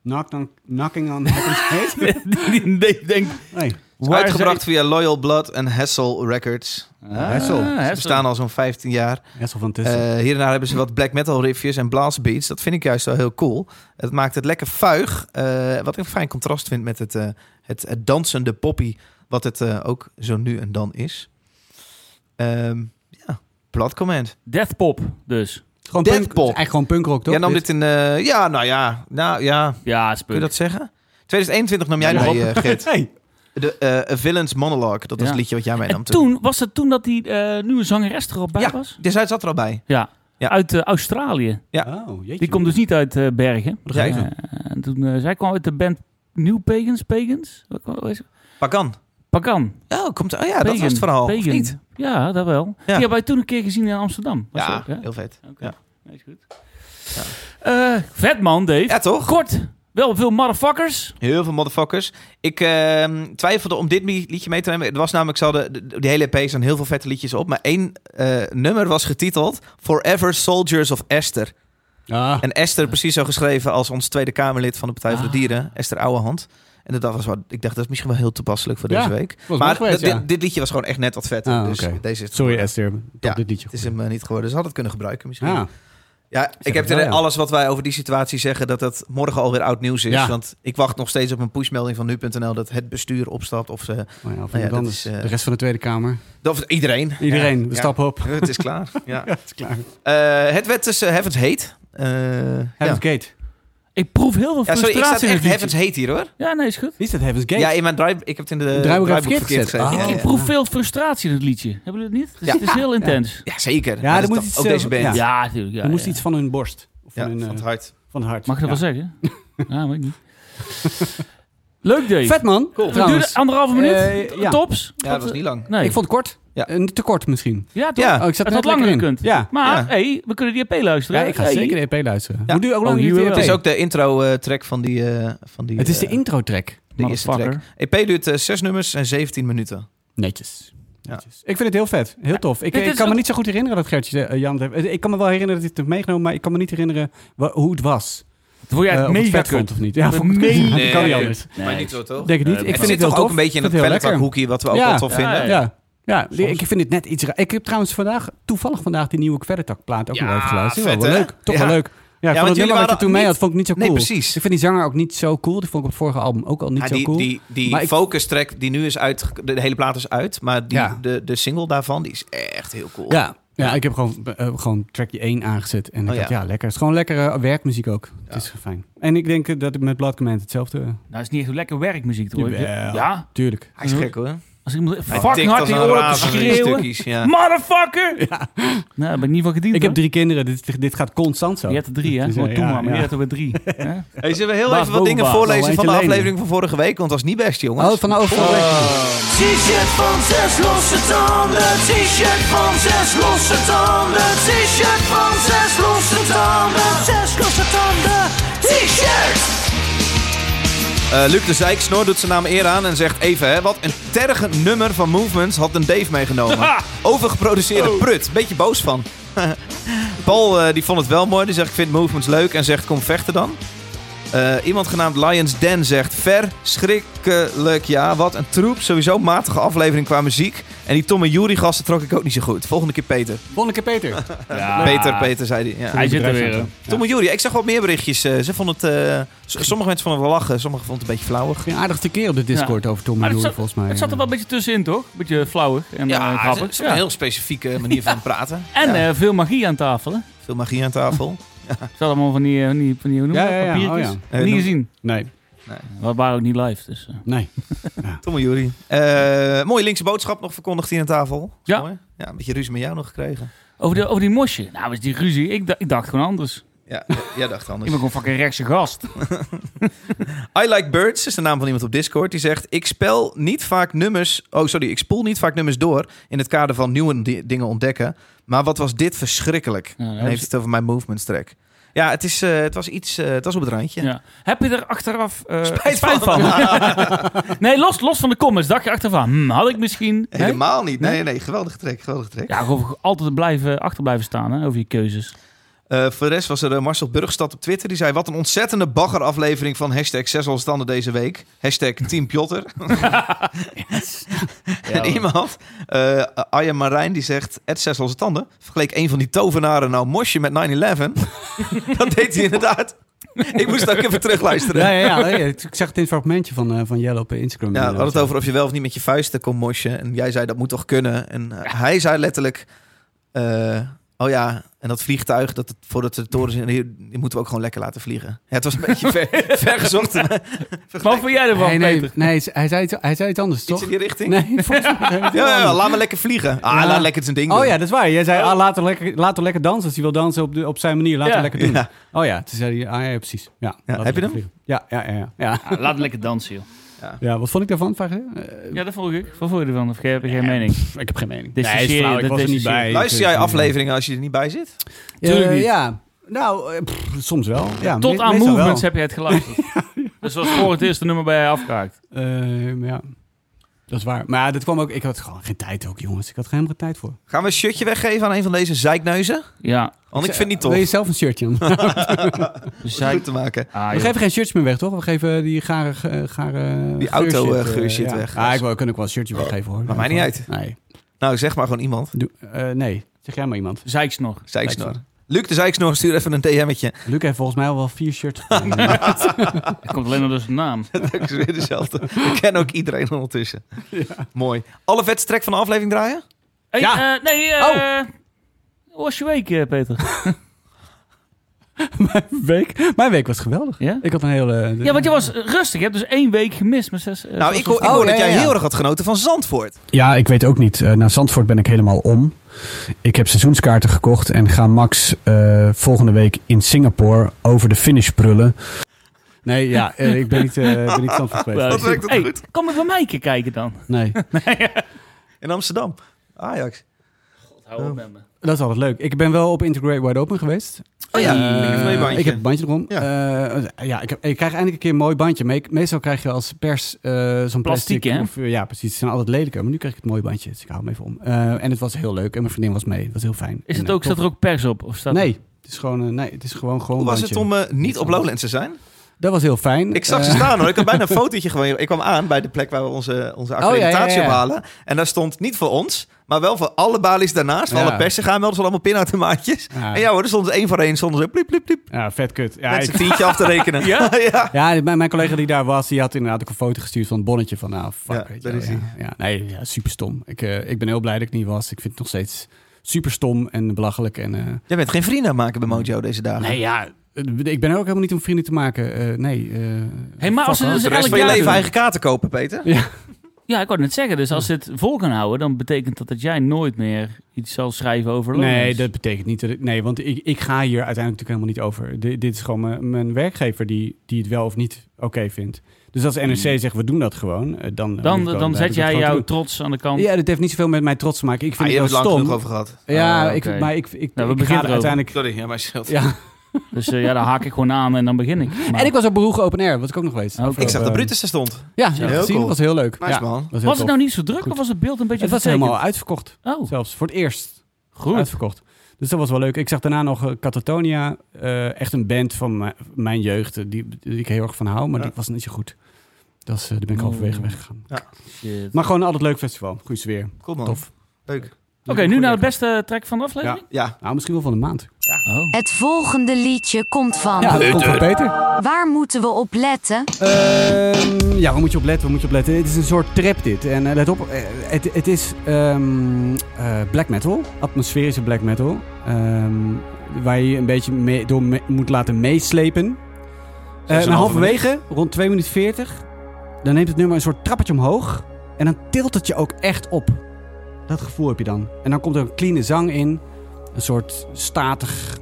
Speaker 1: Knock, knock, knocking on. Heaven's Gate.
Speaker 7: (laughs) Die die denkt...
Speaker 1: Nee.
Speaker 2: Het is
Speaker 7: waar
Speaker 2: uitgebracht via Loyal Blood en Hassel Records. Eh,
Speaker 7: zijn-
Speaker 1: Ah, Hessel.
Speaker 7: Ah,
Speaker 1: Ze
Speaker 2: Ze bestaan al zo'n 15 jaar.
Speaker 1: Hessel van
Speaker 2: Eh,
Speaker 1: Tussen.
Speaker 2: hierna hebben ze wat black metal riffjes en blast beats. Dat vind ik juist wel heel cool. Het maakt het lekker vuig. eh, wat ik een fijn contrast vind met het, eh, het, het dansende poppy. Wat het eh, ook zo nu en dan is. Ehm ja, plat comment.
Speaker 7: Death Pop dus.
Speaker 1: gewoon
Speaker 2: Dead
Speaker 1: punk,
Speaker 2: Pop.
Speaker 1: Eigenlijk gewoon punkrock, toch?
Speaker 2: Jij nam dit in... eh, ja, nou ja. Nou ja,
Speaker 7: Ja,
Speaker 2: kun je
Speaker 7: spuk.
Speaker 2: dat zeggen? 2021 nam jij mee,
Speaker 1: (laughs)
Speaker 2: eh, Gert.
Speaker 1: Hey.
Speaker 2: (laughs) De eh, A Villain's Monologue. Dat was
Speaker 7: Ja.
Speaker 2: het liedje wat jij meenam
Speaker 7: En toen, was het toen dat die eh, nieuwe zangeres er al bij
Speaker 2: Ja.
Speaker 7: was?
Speaker 2: Dus hij zat er al bij.
Speaker 7: Ja.
Speaker 2: Ja.
Speaker 7: Uit eh, Australië.
Speaker 1: Oh, jeetje.
Speaker 7: Die komt dus niet uit eh, Bergen.
Speaker 2: Wat ga je
Speaker 7: Eh,
Speaker 2: doen?
Speaker 7: en toen, eh, zij kwam uit de band New Pagans. Pagans? Wat kwam- hoe heet ze?
Speaker 2: Pagan.
Speaker 7: Pagan.
Speaker 2: Oh, komt, oh ja, dat
Speaker 7: Pagan.
Speaker 2: was het verhaal. Of
Speaker 7: Pagan.
Speaker 2: niet?
Speaker 7: Ja, dat wel. Die hebben wij toen een keer gezien in Amsterdam. Was
Speaker 2: Ja,
Speaker 7: dat, hè?
Speaker 2: heel vet.
Speaker 7: Oké.
Speaker 2: Ja.
Speaker 7: Nee, is goed. Eh, vet man, Dave.
Speaker 2: Ja, toch?
Speaker 7: Kort. Wel veel motherfuckers.
Speaker 2: Heel veel motherfuckers. Ik ehm, twijfelde om dit mi- liedje mee te nemen. Het was namelijk, ze hadden, de- die hele EP staan heel veel vette liedjes op. Maar één eh, nummer was getiteld Forever Soldiers of Esther.
Speaker 1: Ah.
Speaker 2: En Esther precies zo geschreven als ons Tweede Kamerlid van de Partij voor de Dieren, Esther Ouwehand. En dat was wat, ik dacht, dat is misschien wel heel toepasselijk voor
Speaker 1: Ja,
Speaker 2: deze week.
Speaker 1: mooi
Speaker 2: Maar
Speaker 1: geweest,
Speaker 2: dat-
Speaker 1: ja.
Speaker 2: dit, dit liedje was gewoon echt net wat vet.
Speaker 1: Ah,
Speaker 2: dus
Speaker 1: oké.
Speaker 2: deze is
Speaker 1: Sorry
Speaker 2: het geworden.
Speaker 1: Esther, ik heb
Speaker 2: Ja,
Speaker 1: dit liedje Ah.
Speaker 2: Het is hem eh, niet geworden. Ze hadden het kunnen gebruiken misschien.
Speaker 1: Ja.
Speaker 2: Ja, ik heb
Speaker 1: het wel,
Speaker 2: er
Speaker 1: ja.
Speaker 2: alles wat wij over die situatie zeggen, dat dat morgen alweer oud nieuws is.
Speaker 1: Ja.
Speaker 2: Want ik wacht nog steeds op een pushmelding van nu.nl dat het bestuur opstapt. Of, ze,
Speaker 1: Oh ja, of
Speaker 2: ja,
Speaker 1: iemand
Speaker 2: dat
Speaker 1: anders.
Speaker 2: is, eh,
Speaker 1: De rest van de Tweede Kamer.
Speaker 2: of iedereen.
Speaker 1: Iedereen,
Speaker 2: Ja,
Speaker 1: we
Speaker 2: ja.
Speaker 1: stappen op.
Speaker 2: Het is klaar. Ja.
Speaker 1: Ja, (laughs) het is klaar.
Speaker 2: Eh, het werd tussen Heavens Hate. Eh, ja.
Speaker 1: Heaven's Gate.
Speaker 7: Ik proef heel veel
Speaker 2: ja, sorry,
Speaker 7: frustratie.
Speaker 2: ik sta
Speaker 7: in
Speaker 2: echt
Speaker 7: het
Speaker 2: Heavens
Speaker 7: liedje.
Speaker 2: Hate hier hoor.
Speaker 7: Ja, nee, is goed.
Speaker 1: Wie is dat Heaven's Gate?
Speaker 2: Ja, in mijn draai, ik heb het in de
Speaker 1: draaiboek heb ik
Speaker 2: draaiboek
Speaker 1: verkeerd
Speaker 2: verkeerd
Speaker 1: gezet.
Speaker 2: gezegd.
Speaker 1: Ah.
Speaker 7: Ik
Speaker 2: Ja, ja.
Speaker 7: proef veel frustratie in het liedje. Hebben jullie het niet? Het is,
Speaker 2: Ja.
Speaker 7: het is heel intens. Ja,
Speaker 2: Ja, zeker.
Speaker 1: Ja,
Speaker 2: Maar
Speaker 1: er
Speaker 2: dat
Speaker 1: moet
Speaker 2: is
Speaker 1: iets,
Speaker 2: toch ook
Speaker 1: eh,
Speaker 2: deze band. Ja,
Speaker 7: natuurlijk. Ja,
Speaker 1: er moest
Speaker 7: ja.
Speaker 1: iets van hun borst. Of van, hun,
Speaker 2: van
Speaker 1: eh,
Speaker 2: het hart.
Speaker 1: van het hart.
Speaker 7: Mag ik dat
Speaker 1: Ja.
Speaker 7: wel zeggen? ja, weet ik niet. Leuk, Dave.
Speaker 1: Vet man,
Speaker 7: Het duurde
Speaker 1: trouwens.
Speaker 7: anderhalve minuut.
Speaker 1: Eh, ja.
Speaker 7: Tops.
Speaker 2: Ja, dat was niet lang.
Speaker 7: oh, Nee.
Speaker 1: Ik vond het kort.
Speaker 2: Ja. Ah.
Speaker 1: Eh, te kort misschien.
Speaker 7: Ja, toch?
Speaker 2: Ja,
Speaker 1: Oh, ik zat net
Speaker 7: het had langer
Speaker 1: lekker in.
Speaker 7: gekund.
Speaker 1: Ja.
Speaker 7: Maar,
Speaker 2: Ja.
Speaker 7: hey, we kunnen die EP luisteren.
Speaker 1: ja, ik ga
Speaker 7: Hey.
Speaker 1: zeker de EP luisteren.
Speaker 2: Ja.
Speaker 1: Hoe duur, hoe lang
Speaker 7: Oh,
Speaker 1: duurt
Speaker 7: hier
Speaker 1: die
Speaker 7: wel.
Speaker 1: EP?
Speaker 2: Het is ook de intro-track van die... eh, van die
Speaker 1: E het is de
Speaker 2: eh,
Speaker 1: intro-track.
Speaker 2: de eerste track.
Speaker 7: Motherfucker.
Speaker 2: EP duurt eh, zes nummers en 17 minuten.
Speaker 1: Netjes.
Speaker 2: Ja.
Speaker 1: Netjes. Ik vind het heel vet. Heel tof. Ik,
Speaker 7: dit
Speaker 1: ik
Speaker 7: is
Speaker 1: kan me
Speaker 7: ook-
Speaker 1: niet zo goed herinneren dat Gertje eh, Jan het heeft. Ik kan me wel herinneren dat hij het heeft meegenomen, maar ik kan me niet herinneren wa- hoe het was.
Speaker 7: Vond jij
Speaker 1: Eh,
Speaker 7: het
Speaker 1: of het
Speaker 7: mega
Speaker 1: vet vond
Speaker 7: kut?
Speaker 1: of niet. Ja, (laughs)
Speaker 7: Vond
Speaker 1: vond ik
Speaker 7: het
Speaker 1: het
Speaker 7: mega
Speaker 1: Dat kan niet
Speaker 2: kut.
Speaker 1: anders.
Speaker 2: Maar niet zo, toch?
Speaker 1: Denk ik niet.
Speaker 7: Nee,
Speaker 1: ik
Speaker 2: het
Speaker 1: vind
Speaker 2: zit
Speaker 1: het
Speaker 2: toch
Speaker 1: heel
Speaker 2: ook
Speaker 1: tof.
Speaker 2: een beetje in
Speaker 1: Ik
Speaker 2: dat
Speaker 1: vind het heel lekker.
Speaker 2: pelletakhoekje wat we ook
Speaker 1: Ja.
Speaker 2: wel tof vinden.
Speaker 1: Ja. Ja, die-
Speaker 7: Soms.
Speaker 1: ik vind het net iets raar. Ik heb trouwens vandaag, toevallig vandaag, die nieuwe Kwerretak-plaat ook
Speaker 2: Ja,
Speaker 1: nog even geluisterd.
Speaker 2: vet,
Speaker 1: wel
Speaker 2: hè?
Speaker 1: leuk. Toch
Speaker 2: Ja.
Speaker 1: wel leuk. Ja,
Speaker 2: want
Speaker 1: van het
Speaker 2: jullie
Speaker 1: nummer wat je
Speaker 2: waren
Speaker 1: toen mee
Speaker 2: niet-
Speaker 1: had, vond ik niet zo
Speaker 2: Nee,
Speaker 1: cool.
Speaker 2: precies.
Speaker 1: Ik vind die zanger ook niet zo cool. Die vond ik op het vorige album ook al niet
Speaker 2: Ja,
Speaker 1: zo
Speaker 2: die
Speaker 1: cool.
Speaker 2: die, die
Speaker 1: Maar ik-
Speaker 2: focus track die nu is uit, de, de hele plaat is uit, maar die,
Speaker 1: Ja.
Speaker 2: de, de single daarvan die is echt heel cool.
Speaker 1: Ja, ja, ik heb gewoon, eh, gewoon trackje 1 aangezet. En ik
Speaker 2: Oh,
Speaker 1: dacht,
Speaker 2: ja.
Speaker 1: ja, lekker. Het is gewoon lekkere werkmuziek ook.
Speaker 2: Ja.
Speaker 1: Het is fijn. En ik denk eh, dat ik met Blood Command hetzelfde...
Speaker 7: Nou, is niet echt lekker werkmuziek, toch?
Speaker 1: Jawel.
Speaker 7: Ja?
Speaker 1: Tuurlijk.
Speaker 2: Hij is gek hoor.
Speaker 7: Als ik moet
Speaker 2: Hij
Speaker 7: fucking
Speaker 2: tikt
Speaker 7: hard
Speaker 2: als
Speaker 7: in
Speaker 2: een
Speaker 7: je oren te
Speaker 2: razend in die
Speaker 7: schreeuwen.
Speaker 2: stukjes, ja.
Speaker 7: Motherfucker! Nou, daar ben ik niet van gediend,
Speaker 1: Ik heb
Speaker 7: hoor.
Speaker 1: drie kinderen. Dit, dit gaat constant zo.
Speaker 7: Je hebt er drie, hè?
Speaker 1: Dus, eh,
Speaker 7: Gewoon toen
Speaker 1: ja,
Speaker 7: maar, maar
Speaker 1: (laughs) ja.
Speaker 7: je had er weer drie. hè?
Speaker 2: Hey, zullen we heel
Speaker 7: Baas
Speaker 2: even wat
Speaker 7: Boba.
Speaker 2: dingen
Speaker 1: Oh,
Speaker 2: voorlezen
Speaker 1: eentje
Speaker 2: van de
Speaker 1: lenen.
Speaker 2: aflevering van vorige week? Want dat was niet best, jongens.
Speaker 1: Oh, van de overal.
Speaker 3: T-shirt van zes losse tanden, t-shirt van zes losse tanden, t-shirt van zes losse tanden, zes losse tanden, t-shirt!
Speaker 2: Eh, Luc de Zijksnoor doet zijn naam eer aan en zegt even, hè, wat een tergend nummer van Movements had een Dave meegenomen. Overgeproduceerde prut. Beetje boos van. (laughs) Paul eh, die vond het wel mooi. Die zegt, ik vind Movements leuk. En zegt, kom vechten dan. Eh, iemand genaamd Lions Den zegt, verschrikkelijk ja. Wat een troep. Sowieso matige aflevering qua muziek. En die Tom en Jury gasten trok ik ook niet zo goed. Volgende keer Peter.
Speaker 1: Bonneke
Speaker 2: (laughs)
Speaker 1: Peter.
Speaker 7: Ja.
Speaker 2: Peter, Peter zei hij. Ja.
Speaker 7: Hij zit er weer. hè?
Speaker 2: Tom en Jury, ik zag wat meer berichtjes. eh, ze vonden het, eh, s- sommige mensen vonden het wel lachen. Sommigen vonden het een beetje flauwig.
Speaker 1: Ging aardig tekeer op de Discord over Tom
Speaker 7: Maar
Speaker 1: en
Speaker 7: het
Speaker 1: Joer,
Speaker 7: zat-
Speaker 1: volgens mij. eh.
Speaker 7: Het zat er wel een beetje tussenin, toch? Een beetje flauwig en eh,
Speaker 2: Ja,
Speaker 7: grappig.
Speaker 2: het is een heel specifieke manier van praten.
Speaker 7: En
Speaker 2: (laughs) Ja.
Speaker 7: eh, veel magie aan tafel, hè?
Speaker 2: Veel magie aan tafel.
Speaker 7: Ze hadden allemaal van die, eh, van die, van die hoe noem je
Speaker 1: Ja,
Speaker 7: dat?
Speaker 1: ja, ja. Oh,
Speaker 7: papiertjes.
Speaker 1: ja.
Speaker 2: Eh,
Speaker 7: Niet
Speaker 2: noem-
Speaker 7: gezien. (laughs)
Speaker 1: Nee,
Speaker 7: We waren ook niet live, dus... eh.
Speaker 1: nee.
Speaker 2: (laughs) Tom en Jury. Eh, mooie linkse boodschap nog verkondigd hier aan tafel.
Speaker 7: Ja.
Speaker 2: Mooi. ja. Een beetje ruzie met jou nog gekregen.
Speaker 7: Over, de, over die mosje. Nou, was die ruzie. Ik, da- ik dacht gewoon anders.
Speaker 2: (laughs) Ja, eh, jij dacht
Speaker 7: Ik
Speaker 2: anders.
Speaker 7: ben gewoon fucking rechtse gast.
Speaker 2: I Like Birds is de naam van iemand op Discord. Die zegt: Ik spel niet vaak nummers. Oh, sorry. Ik spoel niet vaak nummers door. In het kader van nieuwe di- dingen ontdekken. Maar wat was dit verschrikkelijk?
Speaker 7: Ja, dat
Speaker 2: Dan
Speaker 7: was-
Speaker 2: heeft het over mijn movements track. Ja, het, is, eh, het was iets. eh, het was op het randje.
Speaker 7: Ja. Heb je er achteraf eh,
Speaker 2: Spijt van.
Speaker 1: (laughs)
Speaker 7: nee, los, los van de comments. Dacht je achteraf, hm, had ik misschien... hè?
Speaker 2: Helemaal niet. Nee, nee, geweldige track. Geweldige track.
Speaker 7: Ja, gewoon altijd blijven, achter blijven staan hè, over je keuzes.
Speaker 2: Eh, voor de rest was er eh, Marcel Burgstad op Twitter. Die zei: Wat een ontzettende baggeraflevering van hashtag Zesalstanden deze week. Hashtag Team Pjotter. en iemand, eh Arjen Marijn, die zegt: Het Zesalstanden. Vergeleek een van die tovenaren nou mosje met 9-11. (laughs) dat deed hij inderdaad. Ik moest ook even terugluisteren.
Speaker 1: Ja,
Speaker 2: Ja,
Speaker 1: ja, Oh, ja, ja, ik zag het in het fragmentje van, eh, van Jelle op Instagram.
Speaker 2: we hadden het over of je wel of niet met je vuisten kon mosje. En jij zei: Dat moet toch kunnen. En eh, hij zei letterlijk. eh, Oh ja, en dat vliegtuig, dat het, voordat de torens in, die die moeten we ook gewoon lekker laten vliegen. Ja, het was een beetje
Speaker 1: (laughs)
Speaker 2: ver, ver gezocht.
Speaker 7: Wat vond jij ervan,
Speaker 1: Nee, nee,
Speaker 7: Peter?
Speaker 1: nee, hij zei, het, hij zei het anders,
Speaker 2: Iets
Speaker 1: toch?
Speaker 2: in die richting?
Speaker 1: Nee, volgens mij.
Speaker 2: Ja, ja, ja, laat me lekker vliegen. Ah,
Speaker 1: Ja.
Speaker 2: laat lekker zijn ding
Speaker 1: Oh
Speaker 2: doen.
Speaker 1: ja, dat is waar. Jij zei, ah, laat, hem lekker, laat hem lekker dansen. Als hij wil dansen op, de, op zijn manier, laat
Speaker 7: Ja.
Speaker 1: hem lekker doen.
Speaker 2: Ja.
Speaker 1: Oh ja, toen zei hij, ah ja, precies. Ja, laat
Speaker 2: heb je
Speaker 1: lekker
Speaker 2: hem?
Speaker 1: vliegen. Ja, ja, ja, ja, ja.
Speaker 7: Ah, laat lekker dansen, joh.
Speaker 1: Ja, wat vond ik daarvan? Vraag je? Eh,
Speaker 7: Ja, dat volg ik. Wat vond je ervan? Of jij hebt geen mening?
Speaker 1: ik heb geen mening.
Speaker 7: Dissocieer
Speaker 1: is flauw,
Speaker 7: je,
Speaker 1: ik was er niet
Speaker 7: dissocieer
Speaker 1: bij.
Speaker 7: je.
Speaker 2: Luister jij afleveringen als je er niet bij zit?
Speaker 1: Eh,
Speaker 7: Tuurlijk niet.
Speaker 1: Ja, nou, eh, pff, soms wel. Ja,
Speaker 7: Tot
Speaker 1: me-
Speaker 7: aan
Speaker 1: meestal
Speaker 7: Movements
Speaker 1: wel.
Speaker 7: heb je het
Speaker 1: (laughs)
Speaker 7: geluisterd. Dus was voor het eerste nummer bij je afgehaakt.
Speaker 1: Eh, ja, dat is waar. Maar ja, dat kwam ook... Ik had gewoon geen tijd ook, jongens. Ik had geen helemaal tijd voor.
Speaker 2: Gaan we een shirtje weggeven aan een van deze zeikneuzen?
Speaker 7: Ja,
Speaker 2: Want ik vind niet tof.
Speaker 1: Wil je zelf een
Speaker 2: (laughs)
Speaker 1: shirtje aan?
Speaker 7: dus
Speaker 2: Om het
Speaker 7: zij...
Speaker 2: goed te maken.
Speaker 7: Ah,
Speaker 1: We
Speaker 7: joh.
Speaker 1: geven geen shirts meer weg, toch? We geven die gare... eh, gare
Speaker 2: Die auto,
Speaker 1: geurshit,
Speaker 2: eh,
Speaker 1: eh,
Speaker 2: geurshit
Speaker 1: ja.
Speaker 2: weg. Oh.
Speaker 1: Ah, ik wil, kan ook wel een shirtje weggeven, hoor.
Speaker 2: Maakt mij niet uit.
Speaker 1: Nee.
Speaker 2: Nou, zeg maar gewoon iemand.
Speaker 1: Doe- eh, nee, zeg jij maar iemand.
Speaker 7: Zeiksnor.
Speaker 2: Zeiksnor. Luc de Zeiksnor, stuur even een DM'tje.
Speaker 1: Luc heeft volgens mij al wel vier
Speaker 8: (laughs)
Speaker 1: shirts gekregen.
Speaker 7: Het komt alleen maar door zijn naam.
Speaker 2: (laughs) Dat is weer dezelfde. We kennen ook iedereen ondertussen. Mooi. Alle vetste track van de aflevering draaien?
Speaker 7: Hey,
Speaker 1: Ja. Oh.
Speaker 7: eh, nee, eh, Hoe was je week, eh,
Speaker 1: (laughs)
Speaker 7: Peter?
Speaker 1: Mijn week, mijn week was geweldig.
Speaker 7: Ja?
Speaker 1: Ik had een hele...
Speaker 8: eh,
Speaker 7: Ja, want je was rustig. Je hebt dus één week gemist. Maar zes, eh,
Speaker 2: Nou,
Speaker 7: zes
Speaker 2: ik hoor, ik
Speaker 7: was-
Speaker 2: hoor
Speaker 1: Oh,
Speaker 2: dat
Speaker 1: ja,
Speaker 2: jij
Speaker 1: ja.
Speaker 2: heel erg had genoten van Zandvoort.
Speaker 8: Ja, ik weet ook niet. Eh, naar Zandvoort ben ik helemaal om. Ik heb seizoenskaarten gekocht en ga Max eh, volgende week in Singapore over de finish prullen. (laughs)
Speaker 1: Nee, ja, eh, ik ben niet, eh ben niet Zandvoort geweest.
Speaker 7: Ja,
Speaker 2: werkt ook
Speaker 7: hey,
Speaker 2: goed.
Speaker 7: Kom maar bij mij een keer kijken dan.
Speaker 1: Nee,
Speaker 2: In Amsterdam. Ajax.
Speaker 7: Hou op met me.
Speaker 1: dat is altijd leuk. Ik ben wel op Integrate Wide Open geweest.
Speaker 2: Oh ja,
Speaker 1: Eh,
Speaker 2: ik heb een bandje.
Speaker 1: ik heb een bandje erom.
Speaker 2: Ja.
Speaker 1: Eh, ja, ik, heb, ik krijg eindelijk een keer een mooi bandje. Me- Meestal krijg je als pers eh, zo'n plastic.
Speaker 7: Plastiek, hè?
Speaker 1: Of, eh, ja, precies. Ze zijn altijd lelijker. Maar nu krijg ik het mooie bandje. Dus ik hou hem even om. Eh, en het was heel leuk. En mijn vriendin was mee. Het was heel fijn.
Speaker 7: Is
Speaker 1: En,
Speaker 7: het
Speaker 1: eh,
Speaker 7: ook, staat er
Speaker 1: tof.
Speaker 7: ook pers op? Of staat
Speaker 1: Nee. Het is gewoon, eh, nee, het is gewoon, gewoon
Speaker 2: Hoe was
Speaker 1: bandje.
Speaker 2: het om eh, niet op Lowlands te zijn?
Speaker 1: Dat was heel fijn.
Speaker 2: Ik zag ze
Speaker 1: Eh,
Speaker 2: staan hoor. Ik had bijna een fotootje gewoon. Ik kwam aan bij de plek waar we onze, onze accreditatie
Speaker 1: Oh, ja, ja, ja.
Speaker 2: ophalen. En daar stond niet voor ons, maar wel voor alle balies daarnaast. Voor
Speaker 1: Ja.
Speaker 2: alle persen gaan melden ze allemaal pinautomaatjes.
Speaker 1: Ja.
Speaker 2: En ja hoor, er stond één voor één. Stonden ze pliep, pliep, pliep.
Speaker 1: Ja, vet kut. Ja,
Speaker 2: Met
Speaker 1: ik-
Speaker 2: z'n tientje af te rekenen.
Speaker 7: Ja?
Speaker 2: (laughs) ja.
Speaker 1: (laughs) Ja, mijn, mijn collega die daar was, die had inderdaad ook een foto gestuurd van het bonnetje van, nou, fuck,
Speaker 2: Ja,
Speaker 1: weet je
Speaker 2: dat
Speaker 1: wel,
Speaker 2: is
Speaker 1: ja,
Speaker 2: hij.
Speaker 1: ja, nee, ja, super stom. Ik, eh, ik ben heel blij dat ik niet was. Ik vind het nog steeds super stom en belachelijk. En, eh,
Speaker 2: Jij bent geen vrienden aan het maken bij Mojo deze dagen.
Speaker 1: nee, ja, eh, ik ben er ook helemaal niet om vrienden te maken. Eh, nee. eh,
Speaker 7: Hey, maar als
Speaker 1: fuck
Speaker 7: ze
Speaker 1: off.
Speaker 7: dus
Speaker 2: De rest
Speaker 7: elk
Speaker 2: van je
Speaker 7: jaar
Speaker 2: leven
Speaker 7: doen.
Speaker 2: eigen kaarten kopen, Peter.
Speaker 1: Ja,
Speaker 7: Ja, ik wou net zeggen. Dus als ze het vol kan houden, dan betekent dat dat jij nooit meer iets zal schrijven over Lowlands.
Speaker 1: nee, dat betekent niet dat ik... Nee, want ik, ik ga hier uiteindelijk natuurlijk helemaal niet over. Di- dit is gewoon mijn, mijn werkgever die, die het wel of niet oké vindt. Dus als NRC zegt, we doen dat gewoon, eh, dan... moet
Speaker 7: Hmm. Dan,
Speaker 1: ik wel-
Speaker 7: dan
Speaker 1: heb
Speaker 7: zet
Speaker 1: ik dat
Speaker 7: jij
Speaker 1: gewoon te
Speaker 7: jouw
Speaker 1: doen.
Speaker 7: trots aan de kant.
Speaker 1: Ja, dat heeft niet zoveel met mijn trots te maken. Ik
Speaker 2: Ah,
Speaker 1: vind
Speaker 2: je
Speaker 1: het
Speaker 2: hebt het
Speaker 1: wel
Speaker 2: lang
Speaker 1: stom.
Speaker 2: genoeg over gehad.
Speaker 1: Ja,
Speaker 7: Ah, oké.
Speaker 1: ik, maar ik, ik,
Speaker 7: Nou, we
Speaker 1: ik ga
Speaker 7: beginnen
Speaker 1: er
Speaker 7: erover. (laughs)
Speaker 1: uiteindelijk...
Speaker 2: Sorry, ja, maar schuld.
Speaker 1: Ja.
Speaker 7: Dus eh, ja, daar haak ik gewoon aan en dan begin ik.
Speaker 1: (laughs)
Speaker 7: Maar-
Speaker 1: En ik was op Beroeg Open Air, was ik ook nog geweest.
Speaker 7: Oh, oké.
Speaker 2: Ik zag dat
Speaker 1: Eh,
Speaker 2: Brutus er stond.
Speaker 1: Ja, heb ik
Speaker 2: Heel
Speaker 1: gezien.
Speaker 2: cool.
Speaker 1: was heel leuk.
Speaker 2: Nice,
Speaker 1: ja,
Speaker 2: man.
Speaker 1: Was, heel
Speaker 7: was het
Speaker 1: tof.
Speaker 7: nou niet zo druk
Speaker 1: Goed.
Speaker 7: of was het beeld een beetje
Speaker 1: Het was
Speaker 7: vertekend?
Speaker 1: helemaal uitverkocht.
Speaker 7: Oh,
Speaker 1: Zelfs voor het eerst
Speaker 7: goed.
Speaker 1: uitverkocht. Dus dat was wel leuk. Ik zag daarna nog eh, Catatonia. eh, echt een band van mijn- mijn jeugd. eh, Die, die ik heel erg van hou. Maar
Speaker 2: Ja.
Speaker 1: die was niet zo goed. Dat is, eh, daar ben ik
Speaker 7: Oh.
Speaker 1: halverwege weggegaan.
Speaker 7: Shit.
Speaker 1: Maar gewoon altijd leuk festival. Goeie sfeer.
Speaker 2: Cool man.
Speaker 1: Tof.
Speaker 2: Leuk.
Speaker 7: Oh. Oké, nu naar de beste track van de aflevering.
Speaker 2: Ja.
Speaker 1: Nou, misschien wel van de maand.
Speaker 7: Oh.
Speaker 6: Het volgende liedje komt van.
Speaker 1: Ja, dat komt van Peter.
Speaker 6: Waar moeten we op letten?
Speaker 1: Ehm, ja, waar moet je op letten? Waar moet je op letten? Het is een soort trap dit. En eh, let op, eh, het, het is ehm, eh, black metal. Atmosferische black metal. Ehm, waar je je een beetje mee, door me- moet laten meeslepen. Eh maar halverwege, rond 2 minuten 40, dan neemt het nummer een soort trappetje omhoog. En dan tilt het je ook echt op. Dat gevoel heb je dan. En dan komt er een clean zang in. Een soort statig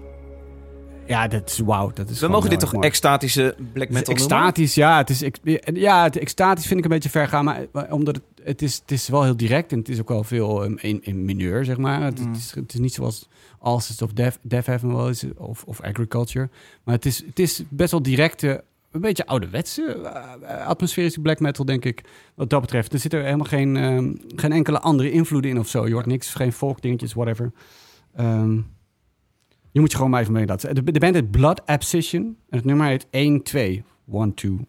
Speaker 1: Ja, dat is wauw. Dat is
Speaker 2: We
Speaker 1: gewoon
Speaker 2: mogen
Speaker 1: heel
Speaker 2: dit
Speaker 1: erg
Speaker 2: toch
Speaker 1: mooi.
Speaker 2: extatische black
Speaker 1: Het is
Speaker 2: metal noemen?
Speaker 1: extatisch, ja. Het is, ex- ja, het extatisch vind ik een beetje ver gaan. Maar eh, omdat het, het, is, het is wel heel direct en het is ook wel veel eh, in, in mineur, zeg maar. Het,
Speaker 2: Mm.
Speaker 1: het is, het is niet zoals Alcest of Def, Def Heaven wel is, of, of Agriculture. Maar het is, het is best wel directe, een beetje ouderwetse eh, atmosferische black metal, denk ik. Wat dat betreft. Er zitten helemaal geen, ehm, geen enkele andere invloeden in of zo. Je hoort niks, geen volkdingetjes, whatever. Ehm, je moet je gewoon maar even mee laten. De, de band heet Blood Abscission. En het nummer heet 1-2. 1-2.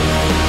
Speaker 9: Thank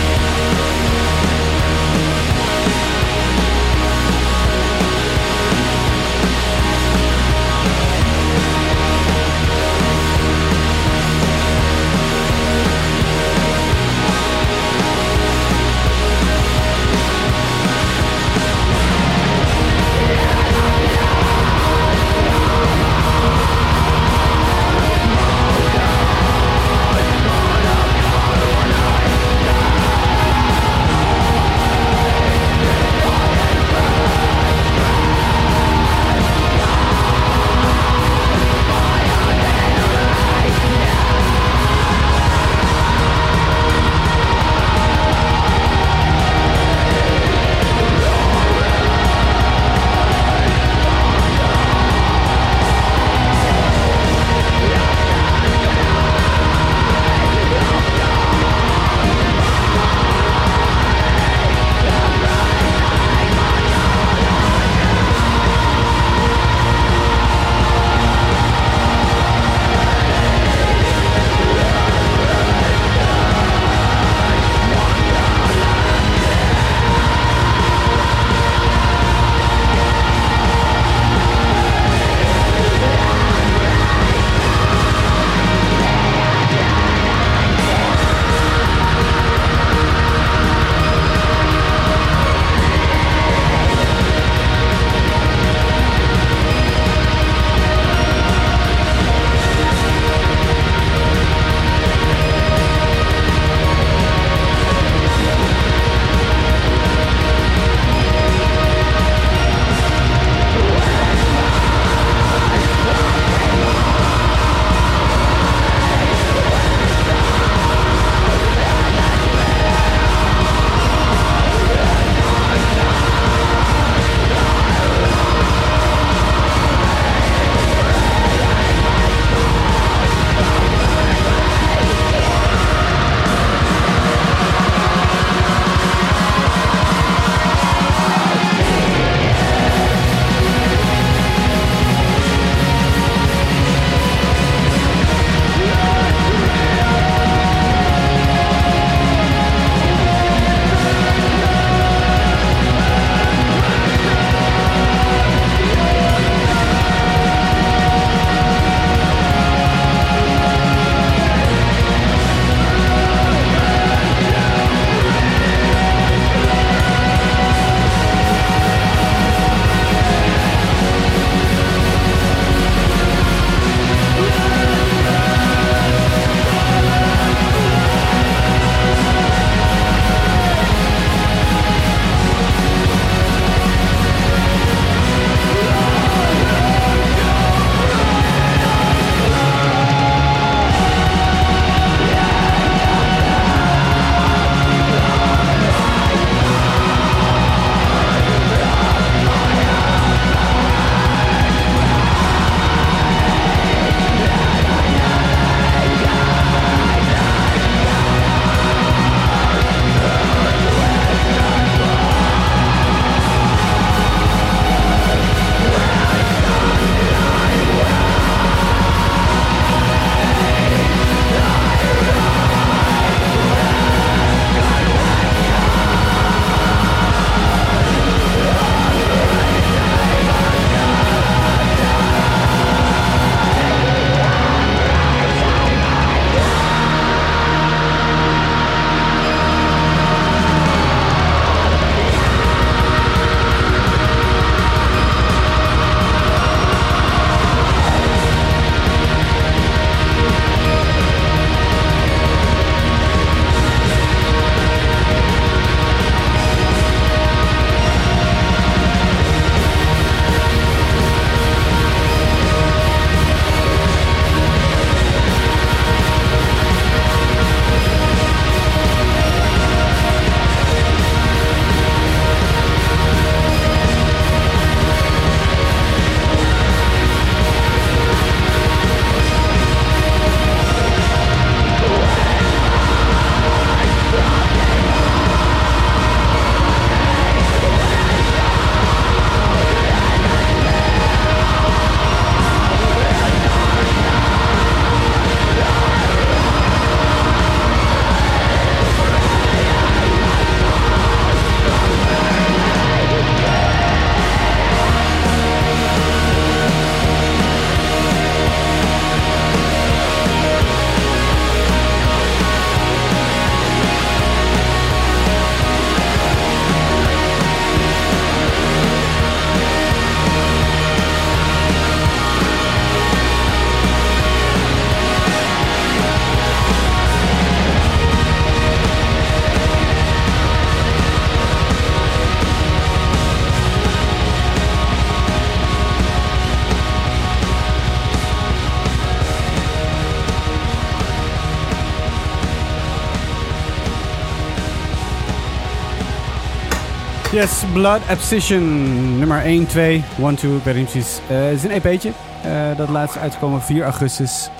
Speaker 1: Yes, Blood Abscission. Nummer 1, 2, 1, 2, ik weet niet precies. Eh, Het is een EP'tje. eh, dat laatst is uitgekomen 4 augustus.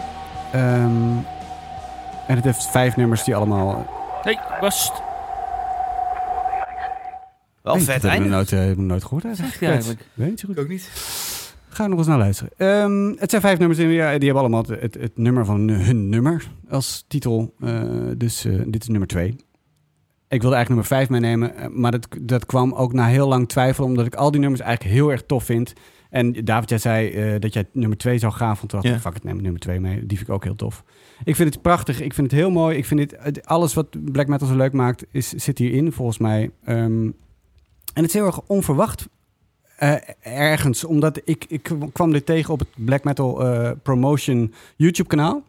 Speaker 1: Ehm, en het heeft vijf nummers die allemaal...
Speaker 7: Hey, rust.
Speaker 2: Wel
Speaker 1: Ik
Speaker 2: vet
Speaker 1: heb hem
Speaker 2: einde.
Speaker 1: nooit, eh, heb hem nooit gehoord eigenlijk.
Speaker 7: Zegt hij eigenlijk?
Speaker 1: Weet niet zo goed.
Speaker 2: ook niet.
Speaker 1: Ga er nog eens naar luisteren. Ehm, het zijn vijf nummers in. Ja, die hebben allemaal het, het, het nummer van hun nummer als titel. Eh, dus eh, dit is nummer twee. Ik wilde eigenlijk nummer vijf meenemen. eh, Maar dat, dat kwam ook na heel lang twijfelen. Omdat ik al die nummers eigenlijk heel erg tof vind. En David, jij zei eh, dat jij nummer twee zou gaan. Van toen dacht ik,
Speaker 2: Ja.
Speaker 1: fuck it, neem nummer twee mee. Die vind ik ook heel tof. Ik vind het prachtig. Ik vind het heel mooi. Ik vind dit, het- alles wat black metal zo leuk maakt, is, zit hierin volgens mij. Ehm, en het is heel erg onverwacht eh, ergens. Omdat ik, ik kwam dit tegen op het Black Metal eh, Promotion YouTube kanaal.